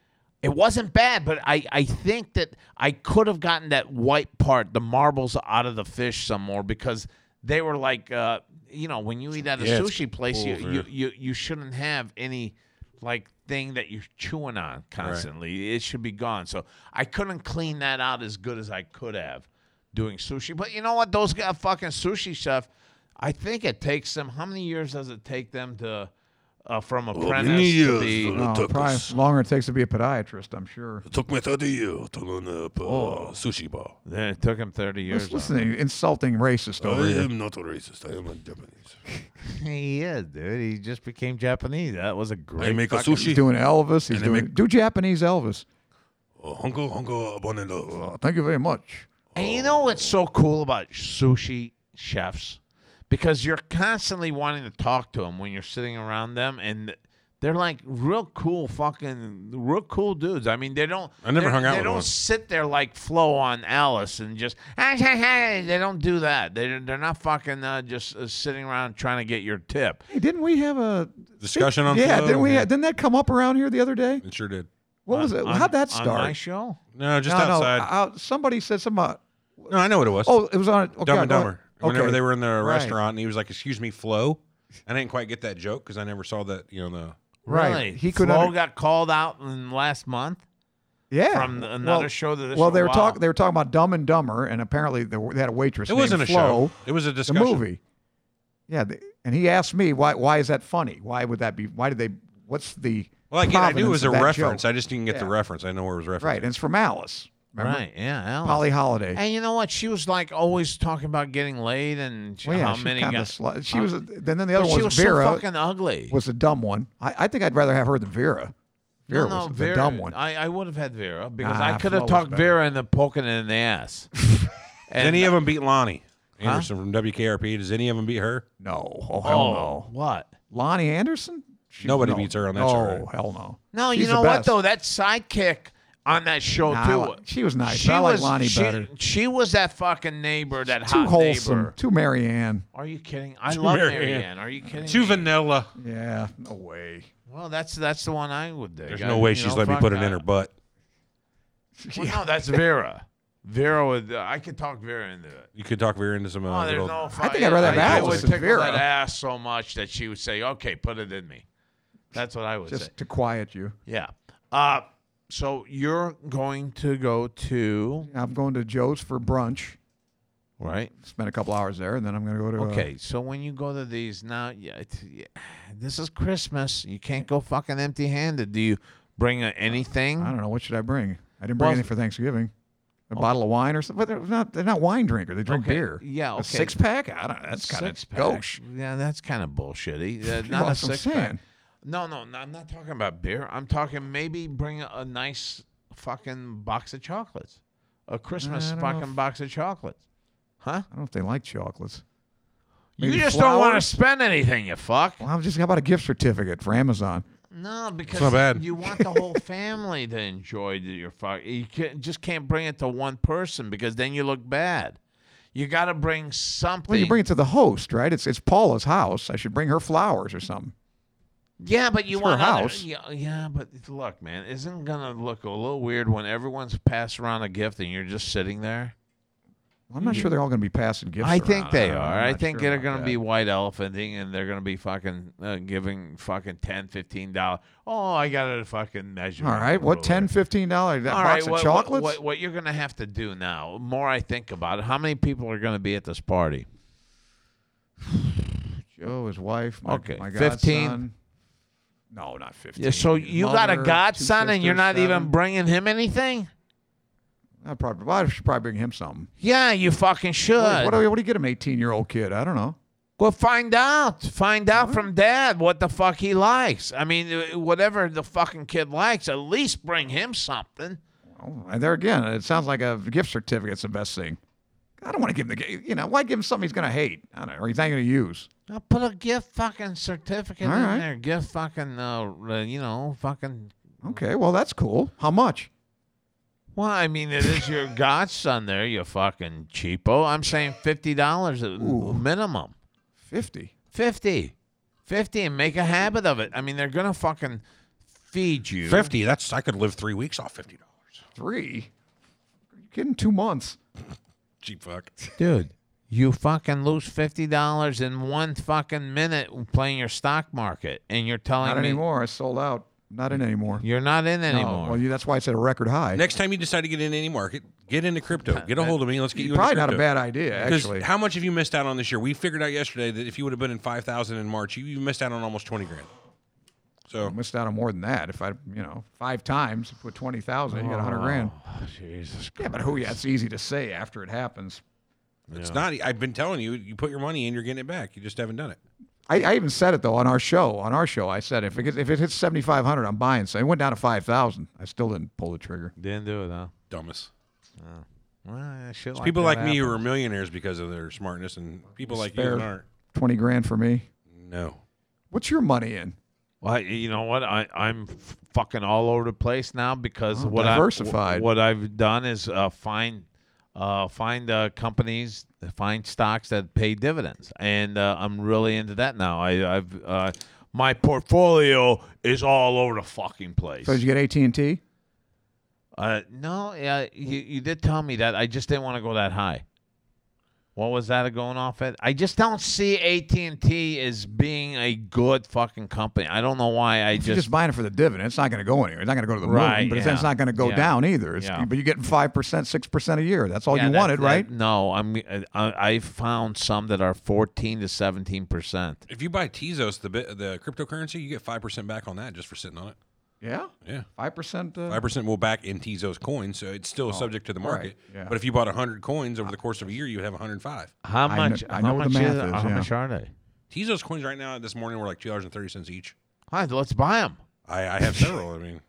S6: It wasn't bad, but I I think that I could have gotten that white part, the marbles out of the fish some more because they were like uh you know, when you eat at a
S5: Yeah, it's
S6: sushi place, you,
S5: over.
S6: you you you shouldn't have any like thing that you're chewing on constantly. It should be gone. So I couldn't clean that out as good as I could have doing sushi. But you know what? Those guy fucking sushi chef, I think it takes them. How many years does it take them to uh, from apprentice to be?
S4: No, Oh, probably longer it takes to be a podiatrist, I'm sure.
S5: Took me 30 years to learn a uh, Oh. sushi bar.
S6: Yeah, it took him thirty years.
S4: Just listening, insulting racist
S5: Oh,
S4: over here.
S5: not a racist. I am a Japanese.
S6: He is, dude. He just became Japanese. That was a great.
S5: make a
S4: He's doing Elvis. He's
S5: And they
S4: doing
S5: make-
S4: do Japanese Elvis.
S5: Honko, honko, uh.
S4: Oh, thank you very much.
S6: and you know what's so cool about sushi chefs? Because you're constantly wanting to talk to them when you're sitting around them, and they're like real cool, fucking real cool dudes. I mean, they don't.
S5: I never
S6: they're-
S5: hung out
S6: They
S5: with
S6: don't
S5: one.
S6: sit there like Flo on Alice and just. They don't do that. They they're not fucking uh, just uh, sitting around trying to get your tip.
S4: Hey, didn't we have a
S5: Discussion on
S4: Yeah,
S5: flow?
S4: didn't we?
S5: Yeah.
S4: Didn't that come up around here the other day?
S5: It sure did.
S4: What was it?
S6: On-
S4: How'd that
S6: On my
S4: start?
S6: show.
S5: No, just
S4: no, no,
S5: outside.
S4: out- somebody said something. About,
S5: no, I know what it was.
S4: oh, it was on. Okay,
S5: Dumb and
S4: go ahead.
S5: Dumber. Whenever
S4: Okay.
S5: they were in the
S4: Right.
S5: restaurant, and he was like, "Excuse me, Flo," I didn't quite get that joke because I never saw that. You know, the
S4: Right.
S6: Really?
S4: He
S6: He could
S4: could
S6: Flo
S4: under-
S6: got called out in last month
S4: yeah,
S6: from another
S4: well,
S6: show that.
S4: Well, they were
S6: wow.
S4: talking. They were talking about Dumb and Dumber, and apparently they, were- they had a waitress.
S5: it wasn't a
S4: named Flo,
S5: show. It was a
S4: The
S5: discussion.
S4: movie. Yeah, the, and he asked me why. Why is that funny? Why would that be? Why did they? What's the?
S5: Well, again, I knew it
S4: provenance
S5: was
S4: of
S5: a
S4: that
S5: reference.
S4: joke?
S5: I just didn't get the
S4: Yeah.
S5: reference. I know where it was referenced.
S4: right, and it's from Alice. Remember?
S6: Right? Yeah. Alice.
S4: Polly Holiday.
S6: And you know what? She was like always talking about getting laid and she-
S4: Well, yeah,
S6: how
S4: she
S6: many
S4: kinda
S6: guys.
S4: sli- she was. a- Then then
S6: But
S4: the other one
S6: she was
S4: was Vera.
S6: so fucking ugly.
S4: was the dumb one. I, I think I'd rather have her than Vera.
S6: no,
S4: Vera
S6: no,
S4: was
S6: Vera,
S4: the dumb one.
S6: I, I would have had Vera because
S4: Nah,
S6: I could
S4: Flo
S6: have
S4: was
S6: talked
S4: better.
S6: Vera into poking it in the ass. and
S5: Did any of them beat Lonnie Anderson from WKRP? Does any of them beat her?
S4: no, oh hell
S6: oh,
S4: no.
S6: what?
S4: Lonnie Anderson. She,
S5: Nobody beats her on that
S4: no,
S5: show,
S4: No,
S5: right?
S4: hell no.
S6: No,
S4: She's
S6: you
S4: the
S6: know what
S4: best.
S6: though? That sidekick on that show
S4: Nah, I
S6: too.
S4: li- she was nice. I like Lonnie
S6: she,
S4: better.
S6: She was that fucking neighbor, that
S4: Too
S6: hot
S4: wholesome.
S6: neighbor.
S4: Too Marianne.
S6: Are you kidding? I love
S5: Marianne.
S6: Marianne. Are you kidding?
S5: Two
S6: me?
S5: vanilla.
S4: Yeah, no way.
S6: Well, that's that's the one I would do.
S5: There's no way she's let me put it in her butt.
S6: Well, no, that's Vera. Vera would. Uh, I could talk Vera into it.
S5: You could talk Vera into some. Uh,
S6: Oh, there's
S5: little-
S6: no.
S4: I think I'd rather have
S6: I, I would
S4: Alice than
S6: tickle
S4: Vera.
S6: that ass so much that she would say, "Okay, put it in me." That's what I would say.
S4: Just to quiet you.
S6: Yeah. Uh, so you're going to go to
S4: I'm going to Joe's for brunch.
S6: right?
S4: Spend a couple hours there, and then I'm going to go to. uh,
S6: Okay, so when you go to these now, yeah, it's- yeah, this is Christmas. You can't go fucking empty-handed. Do you bring uh, anything?
S4: I don't know. What should I bring? I didn't
S6: Well,
S4: bring
S6: oh.
S4: anything for Thanksgiving. A bottle of wine or something. But they're not, they're not wine drinkers. They drink
S6: Okay,
S4: beer.
S6: yeah, okay.
S4: A six pack? I don't That's kind of
S6: Six-pack.
S4: gauche.
S6: Yeah, that's kind of bullshitty. Uh,
S4: Well,
S6: not a
S4: that's what I'm
S6: six pack.
S4: saying.
S6: No, no, no, I'm not talking about beer. I'm talking maybe bring a, a nice fucking box of chocolates, a Christmas
S4: I don't know
S6: fucking box of chocolates, huh?
S4: I don't know if they like chocolates.
S6: You
S4: Maybe
S6: just don't want to
S4: flowers?
S6: spend anything, you fuck.
S4: Well, I'm just how about a gift certificate for Amazon?
S6: No, because
S5: not bad.
S6: you want the whole family to enjoy the- your fuck. You can't, just can't bring it to one person because then you look bad. You got to bring something.
S4: Well, you bring it to the host, right? It's it's Paula's house. I should bring her flowers or something.
S6: yeah, but you
S4: it's her
S6: want other-
S4: house.
S6: yeah, yeah, but it's- look, man, isn't gonna look a little weird when everyone's passed around a gift and you're just sitting there?
S4: Well, I'm not sure they're all going to be passing gifts.
S6: Hmm. I think
S4: around.
S6: they
S4: don't know.
S6: are.
S4: I'm
S6: I
S4: not
S6: think
S4: sure
S6: they're
S4: about
S6: going to
S4: that.
S6: be white elephanting and they're going to be fucking uh, giving fucking 10 15 dollars. Oh, I got a fucking measure.
S4: All right. What, $10, $15? That
S6: All
S4: box
S6: right,
S4: of
S6: what, what-
S4: chocolates?
S6: What, what you're going to have to do now, more I think about it, how many people are going to be at this party?
S4: Joe, his wife, my,
S6: Okay,
S4: my
S6: 15.
S4: godson. No, not 15.
S6: Yeah, so
S4: His
S6: you got a
S4: mother, two
S6: godson and you're
S4: sisters,
S6: not
S4: seven.
S6: even bringing him anything?
S4: I probably, well, I should probably bring him something.
S6: Yeah, you fucking should.
S4: What, what, do we- what do you get him, 18 year old kid? I don't know.
S6: Well, find out. Find out from dad what the fuck he likes. I mean, uh, whatever the fucking kid likes, at least bring him something.
S4: Well, and Oh, there again, it sounds like a gift certificate's the best thing. I don't want to give him the, g- you know, why give him something he's going to hate? I don't know, or he's not going to use.
S6: Now put a gift fucking certificate
S4: All
S6: in
S4: right.
S6: there. Gift fucking, uh, uh, you know, fucking.
S4: Okay, well, that's cool. How much?
S6: Well, I mean, it is your godson there, you fucking cheapo. I'm saying fifty dollars minimum.
S4: 50.
S6: 50 50 and make a habit of it. I mean, they're gonna fucking feed you.
S5: Fifty. That's I could live three weeks off fifty dollars.
S4: Three? Are you kidding? Two months.
S5: Cheap fuck.
S6: dude. You fucking lose fifty dollars in one fucking minute playing your stock market, and you're telling
S4: Not
S6: me
S4: anymore. I sold out. Not in anymore.
S6: you're not in
S4: No,
S6: anymore.
S4: Well, you, that's why it's at a record high.
S5: Next time you decide to get into any market, get into crypto. Get a hold of me. Let's get you
S4: Probably
S5: into
S4: not a
S5: crypto.
S4: bad idea, actually.
S5: Because how much have you missed out on this year? We figured out yesterday that if you would have been in five thousand in March, you, you missed out on almost twenty grand.
S4: I
S5: So
S4: missed out on more than that. If I, you know, five times, put 20,000, you got 100 grand.
S6: Jesus
S4: Yeah, but who, yeah, it's easy to say after it happens.
S5: it's not. e, I've been telling you, you put your money in, you're getting it back. You just haven't done it.
S4: I, I even said it though on our show. On our show, I said if it gets, if it hits seventy five hundred, I'm buying. So it went down to five thousand. I still didn't pull the trigger.
S6: didn't do it huh?
S5: Dumbest.
S6: Well, shit like
S5: people
S6: that
S5: like me who
S6: happens.
S5: are millionaires because of their smartness, and people like you
S4: Spare-
S5: that aren't.
S4: Twenty grand for me.
S5: No.
S4: What's your money in?
S6: Well, I- you know what? I I'm f- fucking all over the place now because
S4: Oh,
S6: what
S4: diversified.
S6: I what I've done is uh, find uh, find uh, companies, find stocks that pay dividends, and uh, I'm really into that now. I, I've uh, my portfolio is all over the fucking place.
S4: So did you get AT and T?
S6: uh, no, yeah, you you did tell me that. I just didn't want to go that high. What was that going off at? I just don't see AT and T as being a good fucking company. I don't know why. I
S4: You're
S6: just
S4: just buying it for the dividend. It's not going to go anywhere. It's not going to go to the
S6: Right,
S4: moon. But it's it's
S6: yeah.
S4: not going to go
S6: Yeah.
S4: down either. It's,
S6: Yeah.
S4: But you're getting five percent, six percent a year. That's all
S6: Yeah,
S4: you
S6: that-
S4: wanted,
S6: that-
S4: right?
S6: No, I'm I, I found some that are 14 to 17 percent.
S5: If you buy Tezos, the bit, the cryptocurrency, you get five percent back on that just for sitting on it.
S4: Yeah,
S5: Yeah.
S4: five percent. uh,
S5: Five percent will back in Tezos coins, so it's still subject to the
S4: Oh. right,
S5: market.
S4: yeah.
S5: But if you bought hundred coins over the course of a year, you would have hundred five.
S6: How
S4: I kn-
S6: much?
S4: I
S6: how
S4: know
S6: much
S4: what the math
S6: is, uh,
S4: is,
S6: How
S4: yeah.
S6: much are they?
S5: Tezos coins right now this morning were like two dollars and thirty cents each.
S6: All right, let's buy them.
S5: I, I have several. I mean,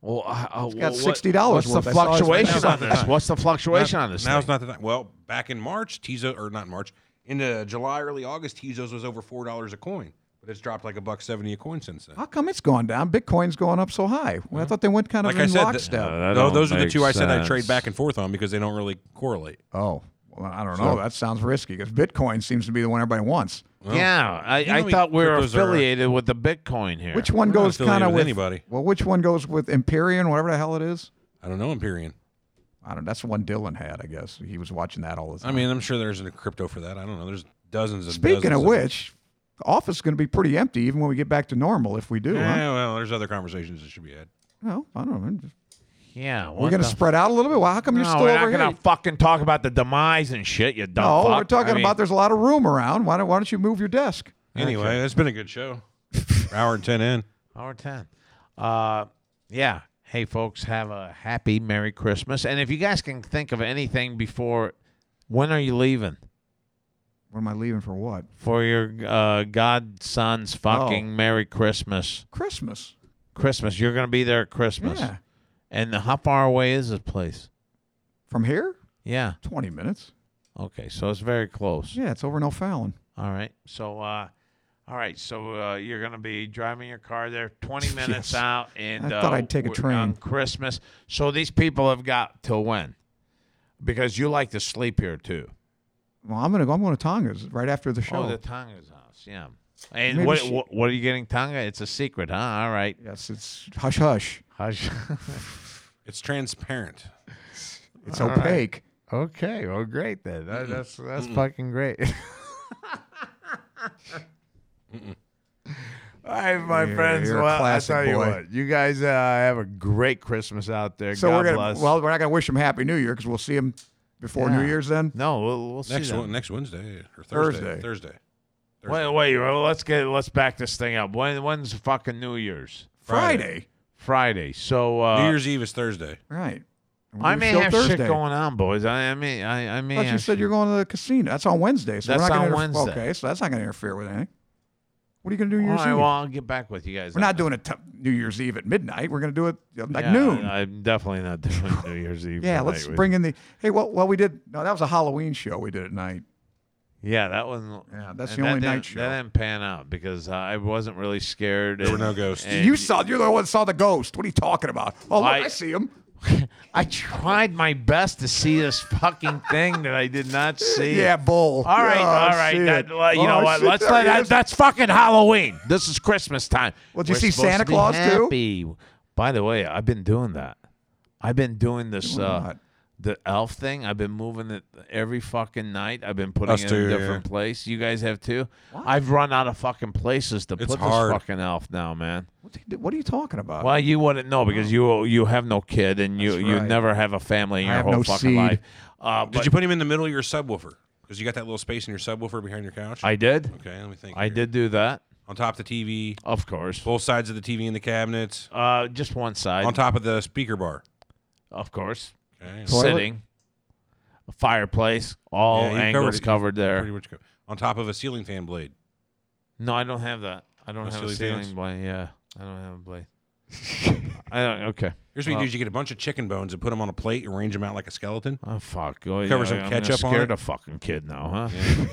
S6: Well, uh, uh, what-
S4: got
S6: What's
S4: $60 worth.
S6: the
S4: I saw it's
S6: fluctuation
S5: right
S6: on
S5: now.
S6: this? What's the fluctuation on this?
S5: now's
S6: thing?
S5: not the time. Well, back in March, Tezos or not March, into July, early August, Tezos was over four dollars a coin, but it's dropped like a buck seventy a coin since then.
S4: How come it's gone down? Bitcoin's going up so high. Well, I thought they went kind of
S5: Like I
S4: in
S5: said, the-
S4: lockstep.
S6: Uh, that
S5: No,
S6: don't
S5: those are the
S6: make
S5: two I said I trade
S6: sense.
S5: back and forth on because they don't really correlate.
S4: oh, well, I don't know. That sounds risky because Bitcoin seems to be the one everybody wants.
S6: yeah, I,
S5: know
S6: I
S5: we-
S6: thought we were
S5: cryptos are-
S6: affiliated with the Bitcoin here.
S4: Which one
S5: We're not
S4: goes
S5: affiliated
S4: kind of
S5: with
S4: with
S5: anybody.
S4: Well, which one goes with Empyrean, whatever the hell it is?
S5: I don't know Empyrean.
S4: I don't. That's the one Dylan had, I guess. He was watching that all the time.
S5: I mean, I'm sure there's a crypto for that. I don't know. There's dozens and
S4: Speaking
S5: dozens
S4: of which, the office is going to be pretty empty even when we get back to normal if we do.
S5: Yeah,
S4: Huh?
S5: well, there's other conversations that should be had.
S4: Well, I don't know.
S6: Yeah,
S4: We're going to spread out a little bit. Well, how come you're
S6: no,
S4: still
S6: we're
S4: over
S6: not
S4: here?
S6: gonna fucking talk about the demise and shit. You dumb
S4: no,
S6: fuck.
S4: we're talking
S6: I mean,
S4: about there's a lot of room around. Why don't, why don't you move your desk?
S5: Anyway, that's been a good show. Hour and ten in.
S6: hour ten. Uh, yeah. Hey, folks, have a happy Merry Christmas. And if you guys can think of anything before, when are you leaving
S4: What am I leaving for what?
S6: for your uh,
S4: Oh.
S6: godson's fucking Merry Christmas?
S4: Christmas.
S6: Christmas. You're gonna be there at Christmas.
S4: Yeah.
S6: And how far away is this place?
S4: From here?
S6: Yeah.
S4: 20 minutes.
S6: Okay. So it's very close.
S4: Yeah, it's over in O'Fallon.
S6: All right. So, uh, all right. So uh, you're going to be driving your car there 20 minutes
S4: Yes.
S6: out, and
S4: I thought
S6: uh,
S4: I'd take a
S6: w- on
S4: train.
S6: Christmas. So these people have got till when? Because you like to sleep here too.
S4: Well, I'm going to go. I'm going to Tonga's right after the show.
S6: Oh, the Tonga's house. Yeah. And
S4: Maybe
S6: what,
S4: she-
S6: what what are you getting Tonga? It's a secret, huh? All right.
S4: yes, it's hush hush.
S6: Hush.
S5: It's transparent.
S4: It's opaque.
S6: okay. Well, great then. That- that's that's fucking great. All right, my
S4: You're-
S6: friends.
S4: you're a
S6: well, I
S4: classic
S6: tell you
S4: boy.
S6: what, you guys uh, have a great Christmas out there.
S4: So
S6: God
S4: we're gonna
S6: bless.
S4: well, we're not gonna wish him Happy New Year because we'll see him before
S6: Yeah.
S4: New Year's. Then
S6: no, we'll, we'll see.
S5: Next
S6: them.
S5: one, next Wednesday or
S4: Thursday.
S5: Thursday. Thursday.
S6: Wait, wait. well, Let's get let's back this thing up. When when's fucking New Year's?
S4: Friday,
S6: Friday. So uh,
S5: New Year's Eve is Thursday.
S4: right? And
S6: I
S4: we
S6: may
S4: show
S6: have
S4: Thursday.
S6: shit going on, boys. I, I mean, I, I may.
S4: I thought you
S6: have
S4: said
S6: shit.
S4: you're going to the casino. That's on Wednesday. So
S6: That's
S4: we're not
S6: on
S4: gonna
S6: Wednesday.
S4: Okay, so that's not gonna interfere with anything. What are you gonna do New
S6: All
S4: Year's
S6: right.
S4: Eve?
S6: Well, I'll get back with you guys.
S4: we're
S6: on that.
S4: not doing it t- New Year's Eve at midnight. We're gonna do it uh, like
S6: Yeah,
S4: noon.
S6: I, am definitely not doing New Year's Eve.
S4: yeah,
S6: tonight
S4: let's
S6: with-
S4: bring in the. Hey, well, well, we did. No, that was a Halloween show we did at night.
S6: Yeah, that one.
S4: Yeah, that's
S6: and
S4: the
S6: that
S4: only
S6: didn't-
S4: night show.
S6: That didn't pan out because uh, I wasn't really scared.
S5: There were
S6: and-
S5: no ghosts.
S6: and-
S4: You saw. You're the one that saw the ghost. What are you talking about? Oh, look,
S6: I-
S4: I, see him.
S6: I tried my best to see this fucking thing that I did not see.
S4: Yeah, bull.
S6: All right,
S4: Oh, I
S6: all right.
S4: see
S6: That,
S4: it.
S6: uh, you
S4: Oh,
S6: know
S4: I
S6: what?
S4: see-
S6: Let's
S4: there
S6: let
S4: he
S6: that,
S4: is.
S6: that's fucking Halloween. This is Christmas time.
S4: Well, did you
S6: We're
S4: see
S6: supposed
S4: Santa
S6: to be
S4: Claus, too?
S6: happy. By the way, I've been doing that. I've been doing this
S4: Doing
S6: uh,
S4: what?
S6: the elf thing. I've been moving it every fucking night. I've been putting
S5: Us
S6: it
S5: too,
S6: in
S5: yeah.
S6: a different place. You guys have too. I've run out of fucking places to
S5: It's
S6: put
S5: hard.
S6: this fucking elf now, man.
S4: What the- What are you talking about?
S6: Well, you wouldn't know because you you have no kid and you
S4: Uh, That's
S6: you
S4: right.
S6: never have a family in
S4: I
S6: your
S4: have
S6: whole
S4: no
S6: fucking
S4: seed.
S6: life. Uh,
S5: Did
S6: but
S5: you put him in the middle of your subwoofer? Because you got that little space in your subwoofer behind your couch.
S6: I did.
S5: okay, let me think.
S6: I
S5: here.
S6: did do that,
S5: on top of the TV,
S6: of course.
S5: both sides of the TV in the cabinets,
S6: Uh, just one side,
S5: on top of the speaker bar.
S6: of course.
S5: Okay,
S4: Toilet?
S6: Sitting, a fireplace, all
S5: Yeah, you covered
S6: angles
S5: it.
S6: covered,
S5: pretty
S6: there.
S5: much go- on top of a ceiling fan blade.
S6: No, I don't have that. I don't
S5: No
S6: have a
S5: ceiling
S6: ceiling
S5: fans?
S6: blade. Yeah, I don't have a blade. I don't, okay.
S5: Here's what
S6: Wow.
S5: you do: is you get a bunch of chicken bones and put them on a plate, and arrange them out like a skeleton.
S6: Oh fuck! Oh, yeah,
S5: Cover some
S6: I'm
S5: ketchup on
S6: scared
S5: it?
S6: a fucking kid now, huh?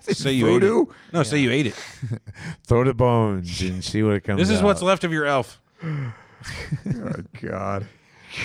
S5: say you
S4: voodoo.
S5: ate it. No, say you ate it.
S6: Throw the bones and uh, see what it comes.
S5: This is
S6: out.
S5: what's left of your elf.
S4: Oh God.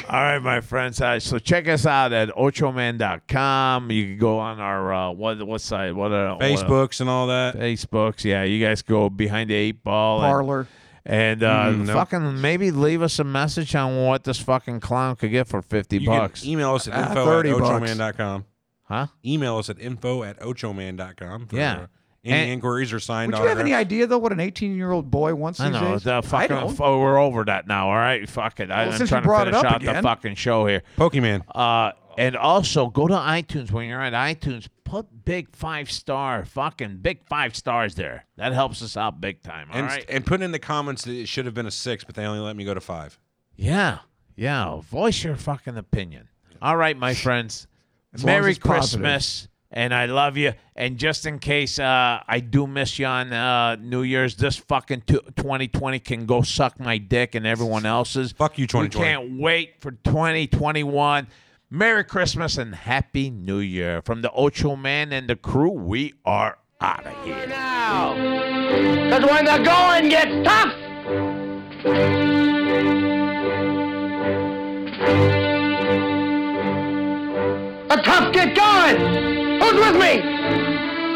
S6: All right, my friends. Uh, so check us out at ochoman.com. You can go on our uh, what what site? What uh, what, uh,
S5: Facebooks and all that.
S6: Facebooks. Yeah, you guys go behind the eight ball and-
S4: Parlor.
S6: and, uh,
S4: Mm-hmm.
S5: Mm, no.
S6: fucking maybe leave us a message on what this fucking clown could get for fifty
S5: You
S6: bucks.
S5: can email us at
S4: Ah,
S5: info at
S4: 30 bucks.
S5: ochoman.com.
S6: huh?
S5: Email us at info at ochoman.com for
S6: Yeah.
S5: uh, any
S6: And-
S5: inquiries or signed
S4: Would you have any
S5: autographs.
S4: idea though what an 18 year old boy wants
S6: I
S4: these
S6: know.
S4: days?
S6: The
S4: I
S6: fucking,
S4: don't.
S6: oh, we're over that now. All right, fuck it. I,
S4: Well,
S6: I'm
S4: since you
S6: trying to
S4: brought it
S6: finish
S4: up
S6: out the
S4: again.
S6: fucking show here.
S5: Pokemon.
S6: Uh, and also go to iTunes when you're on iTunes. Put big five star, fucking big five stars there. That helps us out big time. All right.
S5: and, and put in the comments that it should have been a six, but they only let me go to five.
S6: Yeah, yeah. Voice your fucking opinion. All right, my friends.
S4: As long as
S6: Merry
S4: it's positive.
S6: Christmas, and I love you. And just in case uh, I do miss you on uh, New Year's, this fucking t- 2020 can go suck my dick and everyone else's.
S5: Fuck you, 2020.
S6: We can't wait for 2021. Merry Christmas and Happy New Year from the Ocho Man and the crew. We are out of here.
S8: now. Because when the going gets tough, the tough get going. Who's with me?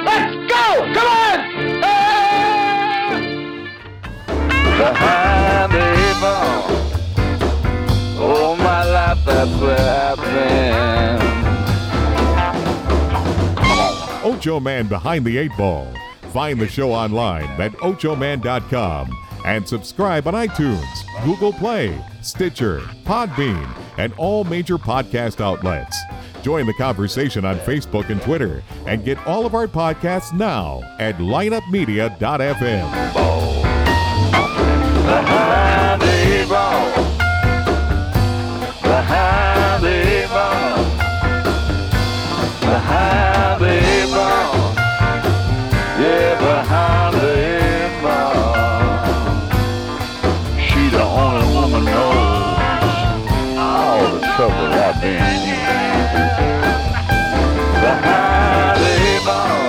S8: Let's go! Come on! Ah!
S2: Behind the eight ball. All Oh, my life that's where I've been.
S1: Ocho Man Behind the Eight Ball. Find the show online at ochoman.com and subscribe on iTunes, Google Play, Stitcher, Podbean, and all major podcast outlets. Join the conversation on Facebook and Twitter and get all of our podcasts now at lineupmedia.fm.
S2: Behind the eight ball. Behind the eight ball. Behind the eight ball. Yeah, behind the eight ball. She the only woman knows all the trouble I've been in. Behind the eight ball.